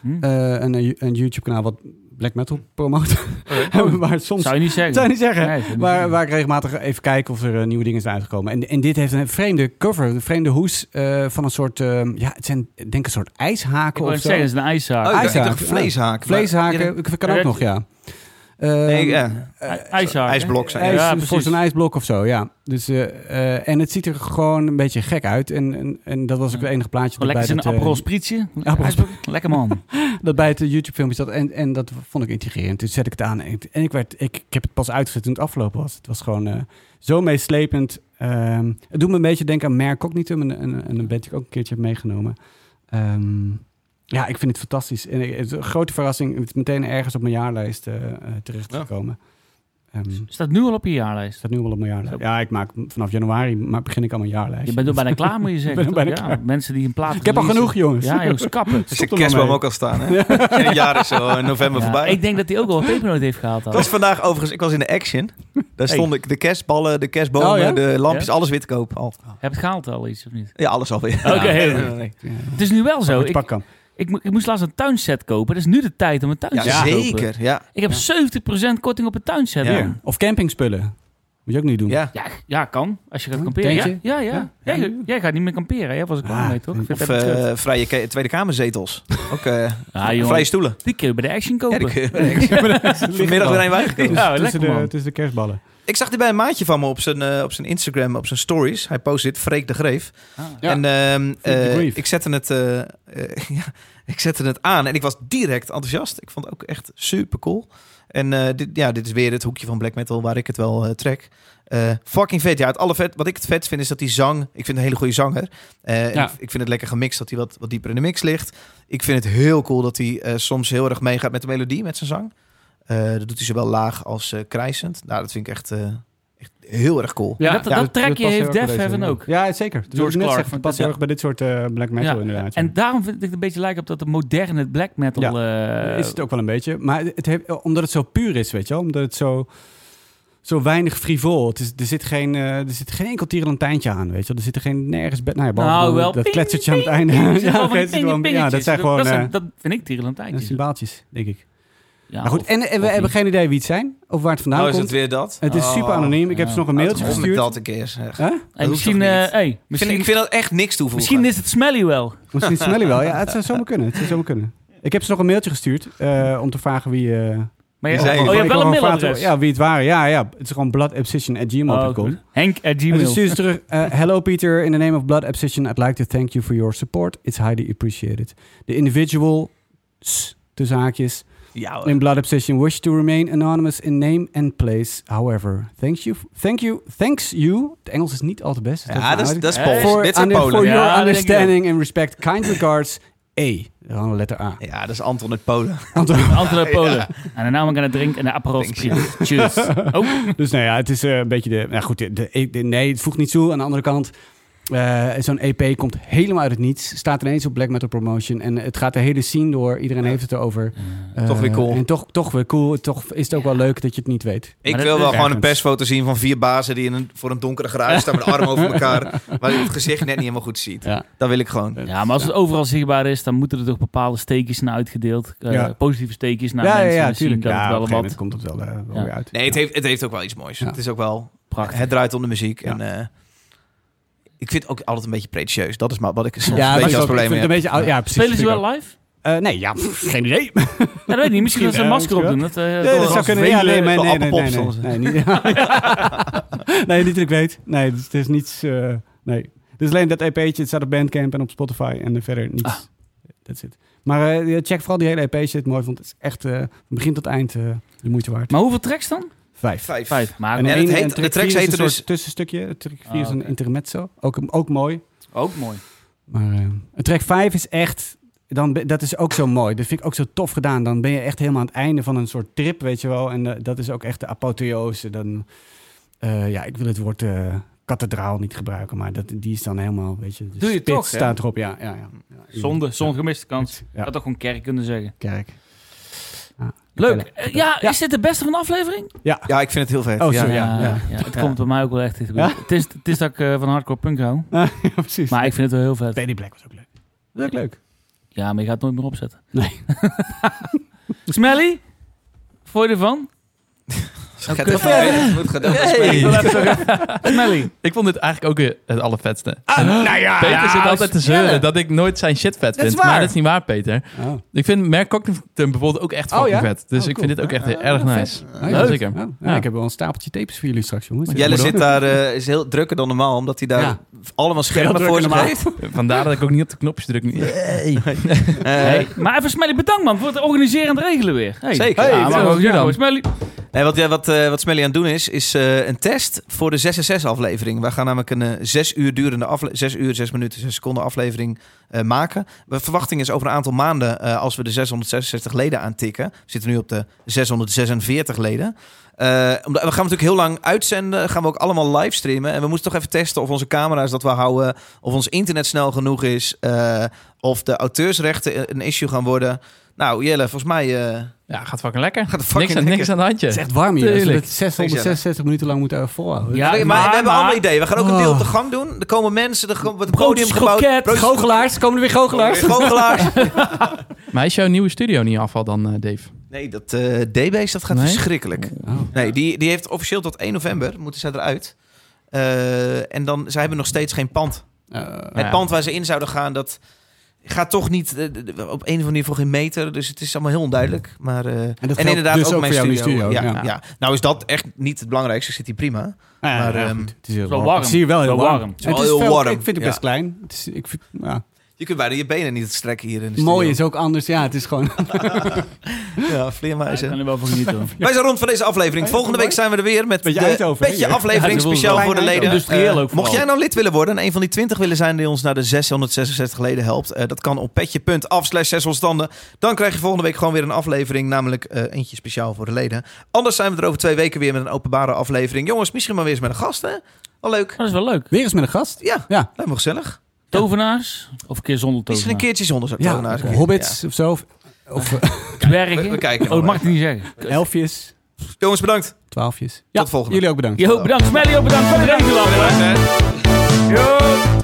Speaker 7: Hm.
Speaker 1: Eh, een, een YouTube kanaal wat Black Metal promoot. (laughs) maar soms...
Speaker 7: Oh, eh, Zou je niet zeggen.
Speaker 1: Eh, Zou je niet zeggen.
Speaker 7: Nee, zou je niet
Speaker 1: Waar,
Speaker 7: zeggen.
Speaker 1: waar ik regelmatig even kijk of er eh, nieuwe dingen zijn uitgekomen. En, en dit heeft een vreemde cover, een vreemde hoes eh, van een soort... eh, ja, het zijn denk ik een soort
Speaker 7: Ik
Speaker 1: ijshaken
Speaker 7: wou
Speaker 1: of
Speaker 7: net
Speaker 1: zo.
Speaker 7: zeggen, het is een ijszaak.
Speaker 2: Oh, ik
Speaker 1: Ijshaak,
Speaker 2: dacht
Speaker 1: ja.
Speaker 2: vleeshaak.
Speaker 1: Ah, Vleeshaken,
Speaker 2: Maar-
Speaker 1: ik- kan ook nog, ja. Eh,
Speaker 2: Nee, ja.
Speaker 7: I- ijszaak, hè?
Speaker 2: ijsblok zijn.
Speaker 1: ijs,
Speaker 7: Ja,
Speaker 1: voor
Speaker 7: precies.
Speaker 1: zo'n ijsblok of zo, ja. Dus, eh, eh, en het ziet er gewoon een beetje gek uit. En, en, en dat was ook het enige plaatje dat bij,
Speaker 7: Lekker zijn
Speaker 1: dat, eh,
Speaker 7: Aperol sprietje.
Speaker 1: Aperol
Speaker 7: Ijsblok. Lekker man.
Speaker 1: dat bij het YouTube-filmpje zat. En, en dat vond ik intrigerend. Dus zet ik het aan. En ik, en ik werd, ik, ik heb het pas uitgezet toen het afgelopen was. Het was gewoon eh, zo meeslepend. Ehm, het doet me een beetje denken aan Mare Cognitum. Een, een, een band die ik ook een keertje heb meegenomen. Ehm, ja, ik vind het fantastisch. En ik- het is een grote verrassing. Het is meteen ergens op mijn jaarlijst eh, eh, terechtgekomen. Ehm,
Speaker 7: Staat nu al op je jaarlijst.
Speaker 1: staat nu al op mijn jaarlijst. Ja, ik maak vanaf januari maar begin ik al mijn jaarlijst.
Speaker 7: Je bent
Speaker 1: (laughs)
Speaker 7: er bijna klaar, moet je zeggen.
Speaker 1: ben er bijna
Speaker 7: toch? ja,
Speaker 1: klaar.
Speaker 7: mensen die een plaat
Speaker 1: Ik heb al
Speaker 7: releasen.
Speaker 1: genoeg, jongens.
Speaker 7: Ja,
Speaker 1: (laughs)
Speaker 7: jongens, kappen.
Speaker 2: Is de
Speaker 1: Stop er maar
Speaker 2: kerstboom
Speaker 1: mee.
Speaker 2: ook al
Speaker 1: (laughs)
Speaker 2: staan, hè? Een jaar is zo in november
Speaker 7: Ja,
Speaker 2: voorbij.
Speaker 7: ik denk dat hij ook al een pepernoot heeft gehaald.
Speaker 2: Ik
Speaker 7: al.
Speaker 2: was vandaag overigens, ik was in de Action. Daar
Speaker 7: Hey.
Speaker 2: stond ik de kerstballen, de kerstbomen,
Speaker 1: Oh, ja?
Speaker 2: de lampjes,
Speaker 7: Ja?
Speaker 2: alles wit te koop. Al.
Speaker 7: Heb het gehaald al iets of niet?
Speaker 2: Ja, alles alweer.
Speaker 7: Oké, heel goed. Het is nu wel zo. Ik,
Speaker 1: Oh, pak hem.
Speaker 7: ik, mo- ik moest laatst een tuinset kopen. Het is nu de tijd om een
Speaker 2: Ja,
Speaker 7: tuinset
Speaker 2: ja,
Speaker 7: te kopen.
Speaker 2: zeker. Ja.
Speaker 7: Ik heb 70% korting op een tuinset.
Speaker 2: Ja.
Speaker 7: man.
Speaker 1: Of campingspullen. Moet je ook niet doen.
Speaker 2: Ja.
Speaker 7: Ja, ja, kan. Als je gaat kamperen. Ja,
Speaker 1: tentje?
Speaker 7: ja, ja.
Speaker 1: Ja?
Speaker 7: Jij,
Speaker 1: Ja.
Speaker 7: jij gaat niet meer kamperen. Jij was ik klaar
Speaker 1: Ah,
Speaker 7: mee, toch? Ik vind
Speaker 2: Of
Speaker 7: dat het kut.
Speaker 2: eh, vrije ke- Tweede
Speaker 7: (laughs)
Speaker 2: Kamerzetels. Ook eh,
Speaker 7: Ja, jongen.
Speaker 2: vrije stoelen.
Speaker 7: Die kun je bij de Action
Speaker 2: Ja,
Speaker 7: (laughs) kopen.
Speaker 2: die kun je- (laughs) Vanmiddag weer een bijgekomen.
Speaker 7: Ja, lekker,
Speaker 1: tussen, de,
Speaker 7: man.
Speaker 1: tussen de kerstballen.
Speaker 2: Ik zag dit bij een maatje van me op zijn, eh, op zijn Instagram, op zijn stories. Hij post dit, Freek de Greef.
Speaker 7: Ah.
Speaker 1: Ja.
Speaker 2: En ehm,
Speaker 1: the
Speaker 2: eh,
Speaker 1: Grief.
Speaker 2: ik, zette het, eh, (laughs) eh, ja, ik zette het aan en ik was direct enthousiast. Ik vond het ook echt super cool. En eh, dit, ja, dit is weer het hoekje van black metal waar ik het wel eh, trek. Eh, fucking vet. Ja, het alle vet, wat ik het vet vind is dat die zang... Ik vind het een hele goede zanger. Eh, en
Speaker 7: Ja.
Speaker 2: ik, ik vind het lekker gemixt dat hij wat, wat dieper in de mix ligt. Ik vind het heel cool dat hij eh, soms heel erg meegaat met de melodie, met zijn zang. Eh, dat doet hij zowel laag als eh krijsend. Nou, dat vind ik echt, eh, echt heel erg cool.
Speaker 7: Ja, dat,
Speaker 2: Ja,
Speaker 7: dat trekje
Speaker 1: past heel
Speaker 7: heeft
Speaker 1: erg bij
Speaker 7: Def
Speaker 1: deze,
Speaker 7: Heaven
Speaker 1: ja.
Speaker 7: ook.
Speaker 1: Ja, zeker. Dus George Clark.
Speaker 7: George Clark.
Speaker 1: Zegt, het past heel erg bij dit soort eh, black metal
Speaker 7: Ja.
Speaker 1: inderdaad. ja.
Speaker 7: En daarom vind ik het een beetje lijken op dat de moderne black metal... eh,
Speaker 1: is het ook wel een beetje. Maar het heeft, omdat het zo puur is, weet je wel. Omdat het zo, zo weinig frivol. Het is, er, zit geen, eh, er zit geen enkel tierlantijntje aan, weet je wel. Er zit er geen nergens... be- Nou, ja, behalve
Speaker 7: Nou,
Speaker 1: dan
Speaker 7: wel.
Speaker 1: Dat
Speaker 7: Ping,
Speaker 1: kletsertje aan het
Speaker 7: ping,
Speaker 1: einde.
Speaker 7: ping. (laughs) Er zitten
Speaker 1: Ja,
Speaker 7: wel
Speaker 1: oké,
Speaker 7: van die
Speaker 1: het zit gewoon-
Speaker 7: ping-
Speaker 1: ja, dat
Speaker 7: pingetjes.
Speaker 1: zijn gewoon
Speaker 7: zijn-
Speaker 1: eh,
Speaker 7: Dat vind ik
Speaker 1: ja,
Speaker 7: tierenlantijntjes.
Speaker 1: symbaaltjes, denk ik.
Speaker 7: Ja,
Speaker 1: Maar goed,
Speaker 7: of-
Speaker 1: en, en we
Speaker 7: Nou, of
Speaker 1: hebben
Speaker 7: niet.
Speaker 1: geen idee wie het zijn. Of waar het vandaan
Speaker 2: Nou is
Speaker 1: komt.
Speaker 2: het weer dat.
Speaker 1: Het is
Speaker 2: Oh.
Speaker 1: super anoniem. Ik heb
Speaker 7: Ja.
Speaker 1: ze nog een
Speaker 2: Houd
Speaker 1: mailtje
Speaker 2: op met
Speaker 1: gestuurd.
Speaker 2: dat een keer. zeg.
Speaker 1: Huh?
Speaker 7: Hey,
Speaker 2: hoeft
Speaker 7: misschien,
Speaker 2: toch niet?
Speaker 7: eh, hey,
Speaker 2: Ik vind,
Speaker 7: misschien,
Speaker 2: ik vind dat echt niks toevoegen.
Speaker 7: misschien is het Smelly wel.
Speaker 1: Misschien Smelly wel. Ja, het zou zomaar kunnen. Het zou zomaar kunnen. Ik heb ze nog een mailtje gestuurd eh, om te vragen wie... eh,
Speaker 7: Maar
Speaker 2: Die
Speaker 7: ja,
Speaker 2: zei-
Speaker 7: oh,
Speaker 1: of
Speaker 7: je
Speaker 1: ik
Speaker 7: hebt wel een
Speaker 1: gewoon vragen-
Speaker 7: mailadres.
Speaker 1: Ja, wie het waren. Ja, ja. Het is gewoon bloodabscission.gmail.com.
Speaker 7: Oh, Henk at
Speaker 1: en ze
Speaker 7: Gmail.
Speaker 1: sturen ze terug. eh, Hello Peter, in the name of Blood Abscission, I'd like to thank you for your support. It's highly appreciated. The individual, s, tussen haakjes,
Speaker 7: Oh,
Speaker 2: Ja, hoor.
Speaker 1: in Blood Obsession wish to remain anonymous in name and place. However, thank you, thank you, thanks you. Het Engels is niet al te best. dus
Speaker 2: ja, dat is,
Speaker 1: nou-
Speaker 2: dat is
Speaker 7: Hey.
Speaker 2: Pools.
Speaker 1: For,
Speaker 2: Dit zijn
Speaker 1: under- for
Speaker 2: Polen.
Speaker 7: Ja,
Speaker 1: your
Speaker 7: dat denk ik
Speaker 1: understanding and respect. Kind regards, A. Dan de letter
Speaker 2: (laughs)
Speaker 1: A.
Speaker 2: Ja, dat is Anton uit Polen.
Speaker 1: Anton.
Speaker 7: Antwerpen Polen. En daarna gaan we gaan drinken en de Aperol
Speaker 2: Thanks,
Speaker 7: Spritz. Cheers. Oh,
Speaker 1: Dus nou ja, het is eh, een beetje de... Nou goed, de, de- de- nee, het voegt niet toe. Aan de andere kant, eh, zo'n EP komt helemaal uit het niets. Staat ineens op Black Metal Promotion. En het gaat de hele scene door. Iedereen heeft het erover. Eh,
Speaker 2: Toch weer cool.
Speaker 1: En toch, toch weer cool. Toch is het ook wel leuk dat je het niet weet.
Speaker 2: Ik
Speaker 7: dat
Speaker 2: wil
Speaker 7: is
Speaker 2: wel gewoon een
Speaker 1: ergens.
Speaker 2: persfoto zien van vier bazen die in een, voor een donkere garage staan met de armen over elkaar. Waar je het gezicht net niet helemaal goed ziet.
Speaker 1: Ja.
Speaker 2: Dat wil ik gewoon.
Speaker 7: Ja, maar als het overal zichtbaar is, dan moeten er toch bepaalde steekjes naar uitgedeeld. eh,
Speaker 1: Ja.
Speaker 7: Positieve steekjes naar
Speaker 1: ja, ja,
Speaker 7: mensen.
Speaker 1: ja,
Speaker 7: Dus zien
Speaker 1: tuurlijk.
Speaker 7: Dat
Speaker 1: ja,
Speaker 7: het
Speaker 1: op
Speaker 7: wel
Speaker 1: een gegeven
Speaker 7: wat
Speaker 1: moment komt het wel, eh, wel
Speaker 7: Ja.
Speaker 1: weer uit.
Speaker 2: Nee, het heeft, het heeft ook wel iets moois.
Speaker 1: Ja.
Speaker 2: Het is ook wel...
Speaker 7: prachtig.
Speaker 2: Het draait om de muziek.
Speaker 1: Ja.
Speaker 2: En, eh, ik vind het ook altijd een beetje pretentieus. Dat is maar wat ik
Speaker 1: Ja,
Speaker 2: soms een
Speaker 1: dat
Speaker 2: beetje
Speaker 1: is
Speaker 2: als
Speaker 1: ook- ik vind
Speaker 2: probleem
Speaker 1: het
Speaker 2: heb.
Speaker 1: een beetje oud- Ja, precies.
Speaker 7: Spelen ze
Speaker 1: vind ik
Speaker 7: wel live?
Speaker 1: ook. Eh, nee, ja, pff, geen idee.
Speaker 7: Ja, dat weet ik niet. Misschien dat ze een
Speaker 1: Ja,
Speaker 7: masker op
Speaker 1: misschien
Speaker 7: doen. Dat, eh,
Speaker 1: Nee,
Speaker 7: door-
Speaker 1: dat zou kunnen.
Speaker 2: vele
Speaker 1: Ja, nee, nee, nee, nee,
Speaker 2: appelpop
Speaker 1: nee, nee,
Speaker 2: soms.
Speaker 1: nee, (laughs) niet-
Speaker 7: (laughs)
Speaker 1: nee, niet dat ik weet. Nee, dus het is niets... eh, nee. Het is alleen dat EP'tje. Het staat op Bandcamp en op Spotify. En eh, verder
Speaker 7: Ah.
Speaker 1: niets. That's it. Maar eh, ja, check vooral die hele EP'tje. Het mooi vond. Het is echt eh, van begin tot eind eh, de moeite waard.
Speaker 7: Maar hoeveel tracks dan?
Speaker 1: Vijf.
Speaker 2: Vijf.
Speaker 7: Vijf. Maar
Speaker 1: En,
Speaker 2: het
Speaker 1: één-
Speaker 2: heet-
Speaker 1: en
Speaker 2: de
Speaker 1: track
Speaker 2: tracks
Speaker 1: vier is een
Speaker 2: heten dus-
Speaker 1: soort tussenstukje. Track 4
Speaker 7: Ah,
Speaker 1: is een
Speaker 7: oké.
Speaker 1: intermezzo. Ook, ook mooi.
Speaker 7: ook mooi.
Speaker 1: Maar eh, track 5 is echt... Dan, ben- dat is ook zo mooi. Dat vind ik ook zo tof gedaan. Dan ben je echt helemaal aan het einde van een soort trip, weet je wel. En eh, dat is ook echt de apotheose. Dan, eh, ja, ik wil het woord eh, kathedraal niet gebruiken, maar dat, die is dan helemaal, weet je... De
Speaker 7: Doe je
Speaker 1: spits
Speaker 7: toch, hè?
Speaker 1: staat erop, ja. ja, ja, ja.
Speaker 7: Zonde, zonde gemiste kans.
Speaker 1: Ja.
Speaker 7: Had toch gewoon kerk kunnen zeggen.
Speaker 1: Kerk. Ja,
Speaker 7: Leuk.
Speaker 1: kapelle.
Speaker 7: Eh, Ja,
Speaker 1: Ja.
Speaker 7: is dit de beste van de aflevering?
Speaker 1: Ja.
Speaker 2: Ja, ik vind het heel vet.
Speaker 1: Oh,
Speaker 2: ja,
Speaker 1: sorry.
Speaker 2: ja.
Speaker 1: ja, ja.
Speaker 7: Het
Speaker 1: Ja.
Speaker 7: komt bij mij ook wel echt heel goed.
Speaker 1: Ja?
Speaker 7: Het, is, het is dat ik eh, van hardcore punk hou.
Speaker 1: (laughs) ja, precies.
Speaker 7: Maar ik vind het wel heel vet.
Speaker 1: Lady Black was ook leuk. Dat is ook leuk.
Speaker 7: Ja, maar je gaat het nooit meer opzetten.
Speaker 1: Nee.
Speaker 7: (laughs) Smelly? Vond je ervan?
Speaker 2: Gaat dat spelen? Moet gaat dat spelen?
Speaker 7: Smelly.
Speaker 10: Ik vond dit eigenlijk ook weer het allervetste.
Speaker 1: nou ja.
Speaker 10: Peter zit altijd te zeuren
Speaker 7: ja.
Speaker 10: dat ik nooit zijn shit vet
Speaker 1: Dat is
Speaker 10: vind.
Speaker 1: waar.
Speaker 10: Maar dat is niet waar, Peter.
Speaker 1: Oh.
Speaker 10: Ik vind Merk Cockington bijvoorbeeld ook echt
Speaker 1: Oh,
Speaker 10: fucking
Speaker 1: ja?
Speaker 10: vet. Dus
Speaker 1: Oh,
Speaker 10: ik
Speaker 1: cool.
Speaker 10: vind dit ook echt heel
Speaker 1: Ah,
Speaker 10: erg
Speaker 1: vet.
Speaker 10: nice.
Speaker 1: Ah,
Speaker 10: Ja,
Speaker 1: leuk.
Speaker 10: zeker.
Speaker 1: Oh, nou,
Speaker 10: Ja.
Speaker 1: Ik heb wel een stapeltje tapes voor jullie straks, jongens.
Speaker 2: Jelle
Speaker 1: Moet
Speaker 2: zit
Speaker 1: ook.
Speaker 2: daar, eh, is heel drukker dan normaal, omdat hij daar
Speaker 1: Ja.
Speaker 2: allemaal schermen
Speaker 1: Heel
Speaker 2: voor zich
Speaker 1: drukker
Speaker 2: heeft.
Speaker 10: Vandaar dat ik ook niet op de knopjes druk. Nee.
Speaker 2: Eh,
Speaker 7: Hey, maar even Smelly, bedankt man voor het organiseren en het regelen weer. Hey.
Speaker 2: Zeker.
Speaker 7: Ja,
Speaker 2: Hey,
Speaker 7: maar
Speaker 10: dat
Speaker 7: goed,
Speaker 10: was jullie
Speaker 7: ja,
Speaker 10: dan.
Speaker 7: goed, Smelly.
Speaker 2: Nee, wat, eh, wat, eh, wat Smelly aan het doen is, is eh, een test voor de 6 en 6 aflevering. Wij gaan namelijk een eh, zes uur durende afle- zes uur, zes minuten, zes seconden aflevering eh, maken. De verwachting is over een aantal maanden, eh, als we de 666 leden aantikken, we zitten nu op de 646 leden. Eh, omdat, we gaan natuurlijk heel lang uitzenden, gaan we ook allemaal livestreamen. En we moesten toch even testen of onze camera's dat we houden, of ons internet snel genoeg is, eh, of de auteursrechten een issue gaan worden. Nou, Jelle, volgens mij eh,
Speaker 10: Ja, gaat fucking lekker.
Speaker 2: gaat het fucking
Speaker 10: Niks aan,
Speaker 2: lekker.
Speaker 10: niks aan de
Speaker 1: Het is
Speaker 10: handje.
Speaker 1: echt warm hier. Dus we
Speaker 10: Tuurlijk.
Speaker 1: het 666 minuten lang moeten volhouden.
Speaker 7: Ja,
Speaker 2: maar, we hebben allemaal ideeën. We gaan ook een deel op de
Speaker 1: Oh.
Speaker 2: gang doen. Er komen mensen, er komt het podium
Speaker 7: Broodjes,
Speaker 2: gebouwd. Oh,
Speaker 7: kroket,
Speaker 1: Goochelaars, komen er weer goochelaars? (laughs)
Speaker 2: Goochelaars.
Speaker 10: Maar is jouw nieuwe studio niet afval dan, eh, Dave?
Speaker 2: Nee, dat eh D-Base, dat gaat
Speaker 10: Nee?
Speaker 2: verschrikkelijk.
Speaker 1: Oh.
Speaker 2: Nee, die, die heeft officieel tot 1 november, moeten zij eruit. Eh, en dan, zij hebben nog steeds geen pand.
Speaker 1: Ah, Oh,
Speaker 10: Nou
Speaker 2: Het
Speaker 10: ja.
Speaker 2: pand waar ze in zouden gaan, dat gaat toch niet eh, d- d- op een of andere manier voor geen meter. Dus het is allemaal heel onduidelijk. Maar, eh, en,
Speaker 1: geldt
Speaker 2: inderdaad
Speaker 1: dus
Speaker 2: ook,
Speaker 1: ook
Speaker 2: mijn
Speaker 1: voor jou in
Speaker 2: studio.
Speaker 1: de studio,
Speaker 2: ja,
Speaker 1: ja.
Speaker 2: ja. Nou is dat echt niet het belangrijkste. Zit hier prima. Maar, ehm,
Speaker 1: het is heel
Speaker 7: wel
Speaker 1: warm.
Speaker 7: warm.
Speaker 1: Ik zie je wel heel
Speaker 7: Wel warm.
Speaker 1: warm.
Speaker 7: Het
Speaker 2: is wel heel
Speaker 1: veel-
Speaker 2: warm,
Speaker 1: Ik vind het
Speaker 2: ja.
Speaker 1: best klein. Het is, ik vind, ja.
Speaker 2: Je kunt bijna je benen niet strekken hier in de studio.
Speaker 1: Mooi is ook anders. Ja, het is gewoon...
Speaker 2: Ja,
Speaker 7: Daar kan
Speaker 2: vleermuizen.
Speaker 7: er wel van genieten. hoor.
Speaker 2: Wij zijn rond van deze aflevering. Volgende week zijn we er weer met
Speaker 1: Beetje
Speaker 2: de
Speaker 1: Eindhoven, hè,
Speaker 2: petje
Speaker 1: hier?
Speaker 7: Ja,
Speaker 2: aflevering
Speaker 7: dat is
Speaker 2: speciaal
Speaker 7: wel
Speaker 2: voor de
Speaker 7: klein
Speaker 2: leden.
Speaker 7: Eindhoven. Industrieel
Speaker 2: Eh,
Speaker 7: ook
Speaker 2: mocht
Speaker 7: vooral.
Speaker 2: jij nou lid willen worden en een van die 20 willen zijn die ons naar de 666 leden helpt, eh, dat kan op petje.af slash 6 standen. Dan krijg je volgende week gewoon weer een aflevering, namelijk eh, eentje speciaal voor de leden. Anders zijn we er over twee weken weer met een openbare aflevering. Jongens, misschien maar weer eens met een gast, hè? Wel leuk.
Speaker 7: Dat is wel leuk.
Speaker 1: Weer eens met een gast.
Speaker 2: Ja,
Speaker 1: Ja.
Speaker 2: lijkt me gezellig.
Speaker 7: (laughs) Tovenaars? Of een keer zonder
Speaker 2: Misschien een
Speaker 7: tovenaars?
Speaker 2: keertje zonder zo'n
Speaker 1: Ja,
Speaker 2: tovenaar.
Speaker 1: hobbits of zo. Of, of eh,
Speaker 2: Ja. We, we
Speaker 7: Dwergen?
Speaker 2: kijken.
Speaker 7: Oh, dat
Speaker 2: nog
Speaker 7: mag ik
Speaker 2: even.
Speaker 7: niet zeggen.
Speaker 1: elfjes,
Speaker 2: Jongens, bedankt.
Speaker 1: twaalfjes. Ja,
Speaker 2: volgende.
Speaker 1: Jullie ook bedankt.
Speaker 7: Jo, bedankt Smelly, ook bedankt voor het regelen allemaal. hè.
Speaker 2: Bedankt, hè.
Speaker 7: Jo.
Speaker 1: Oh,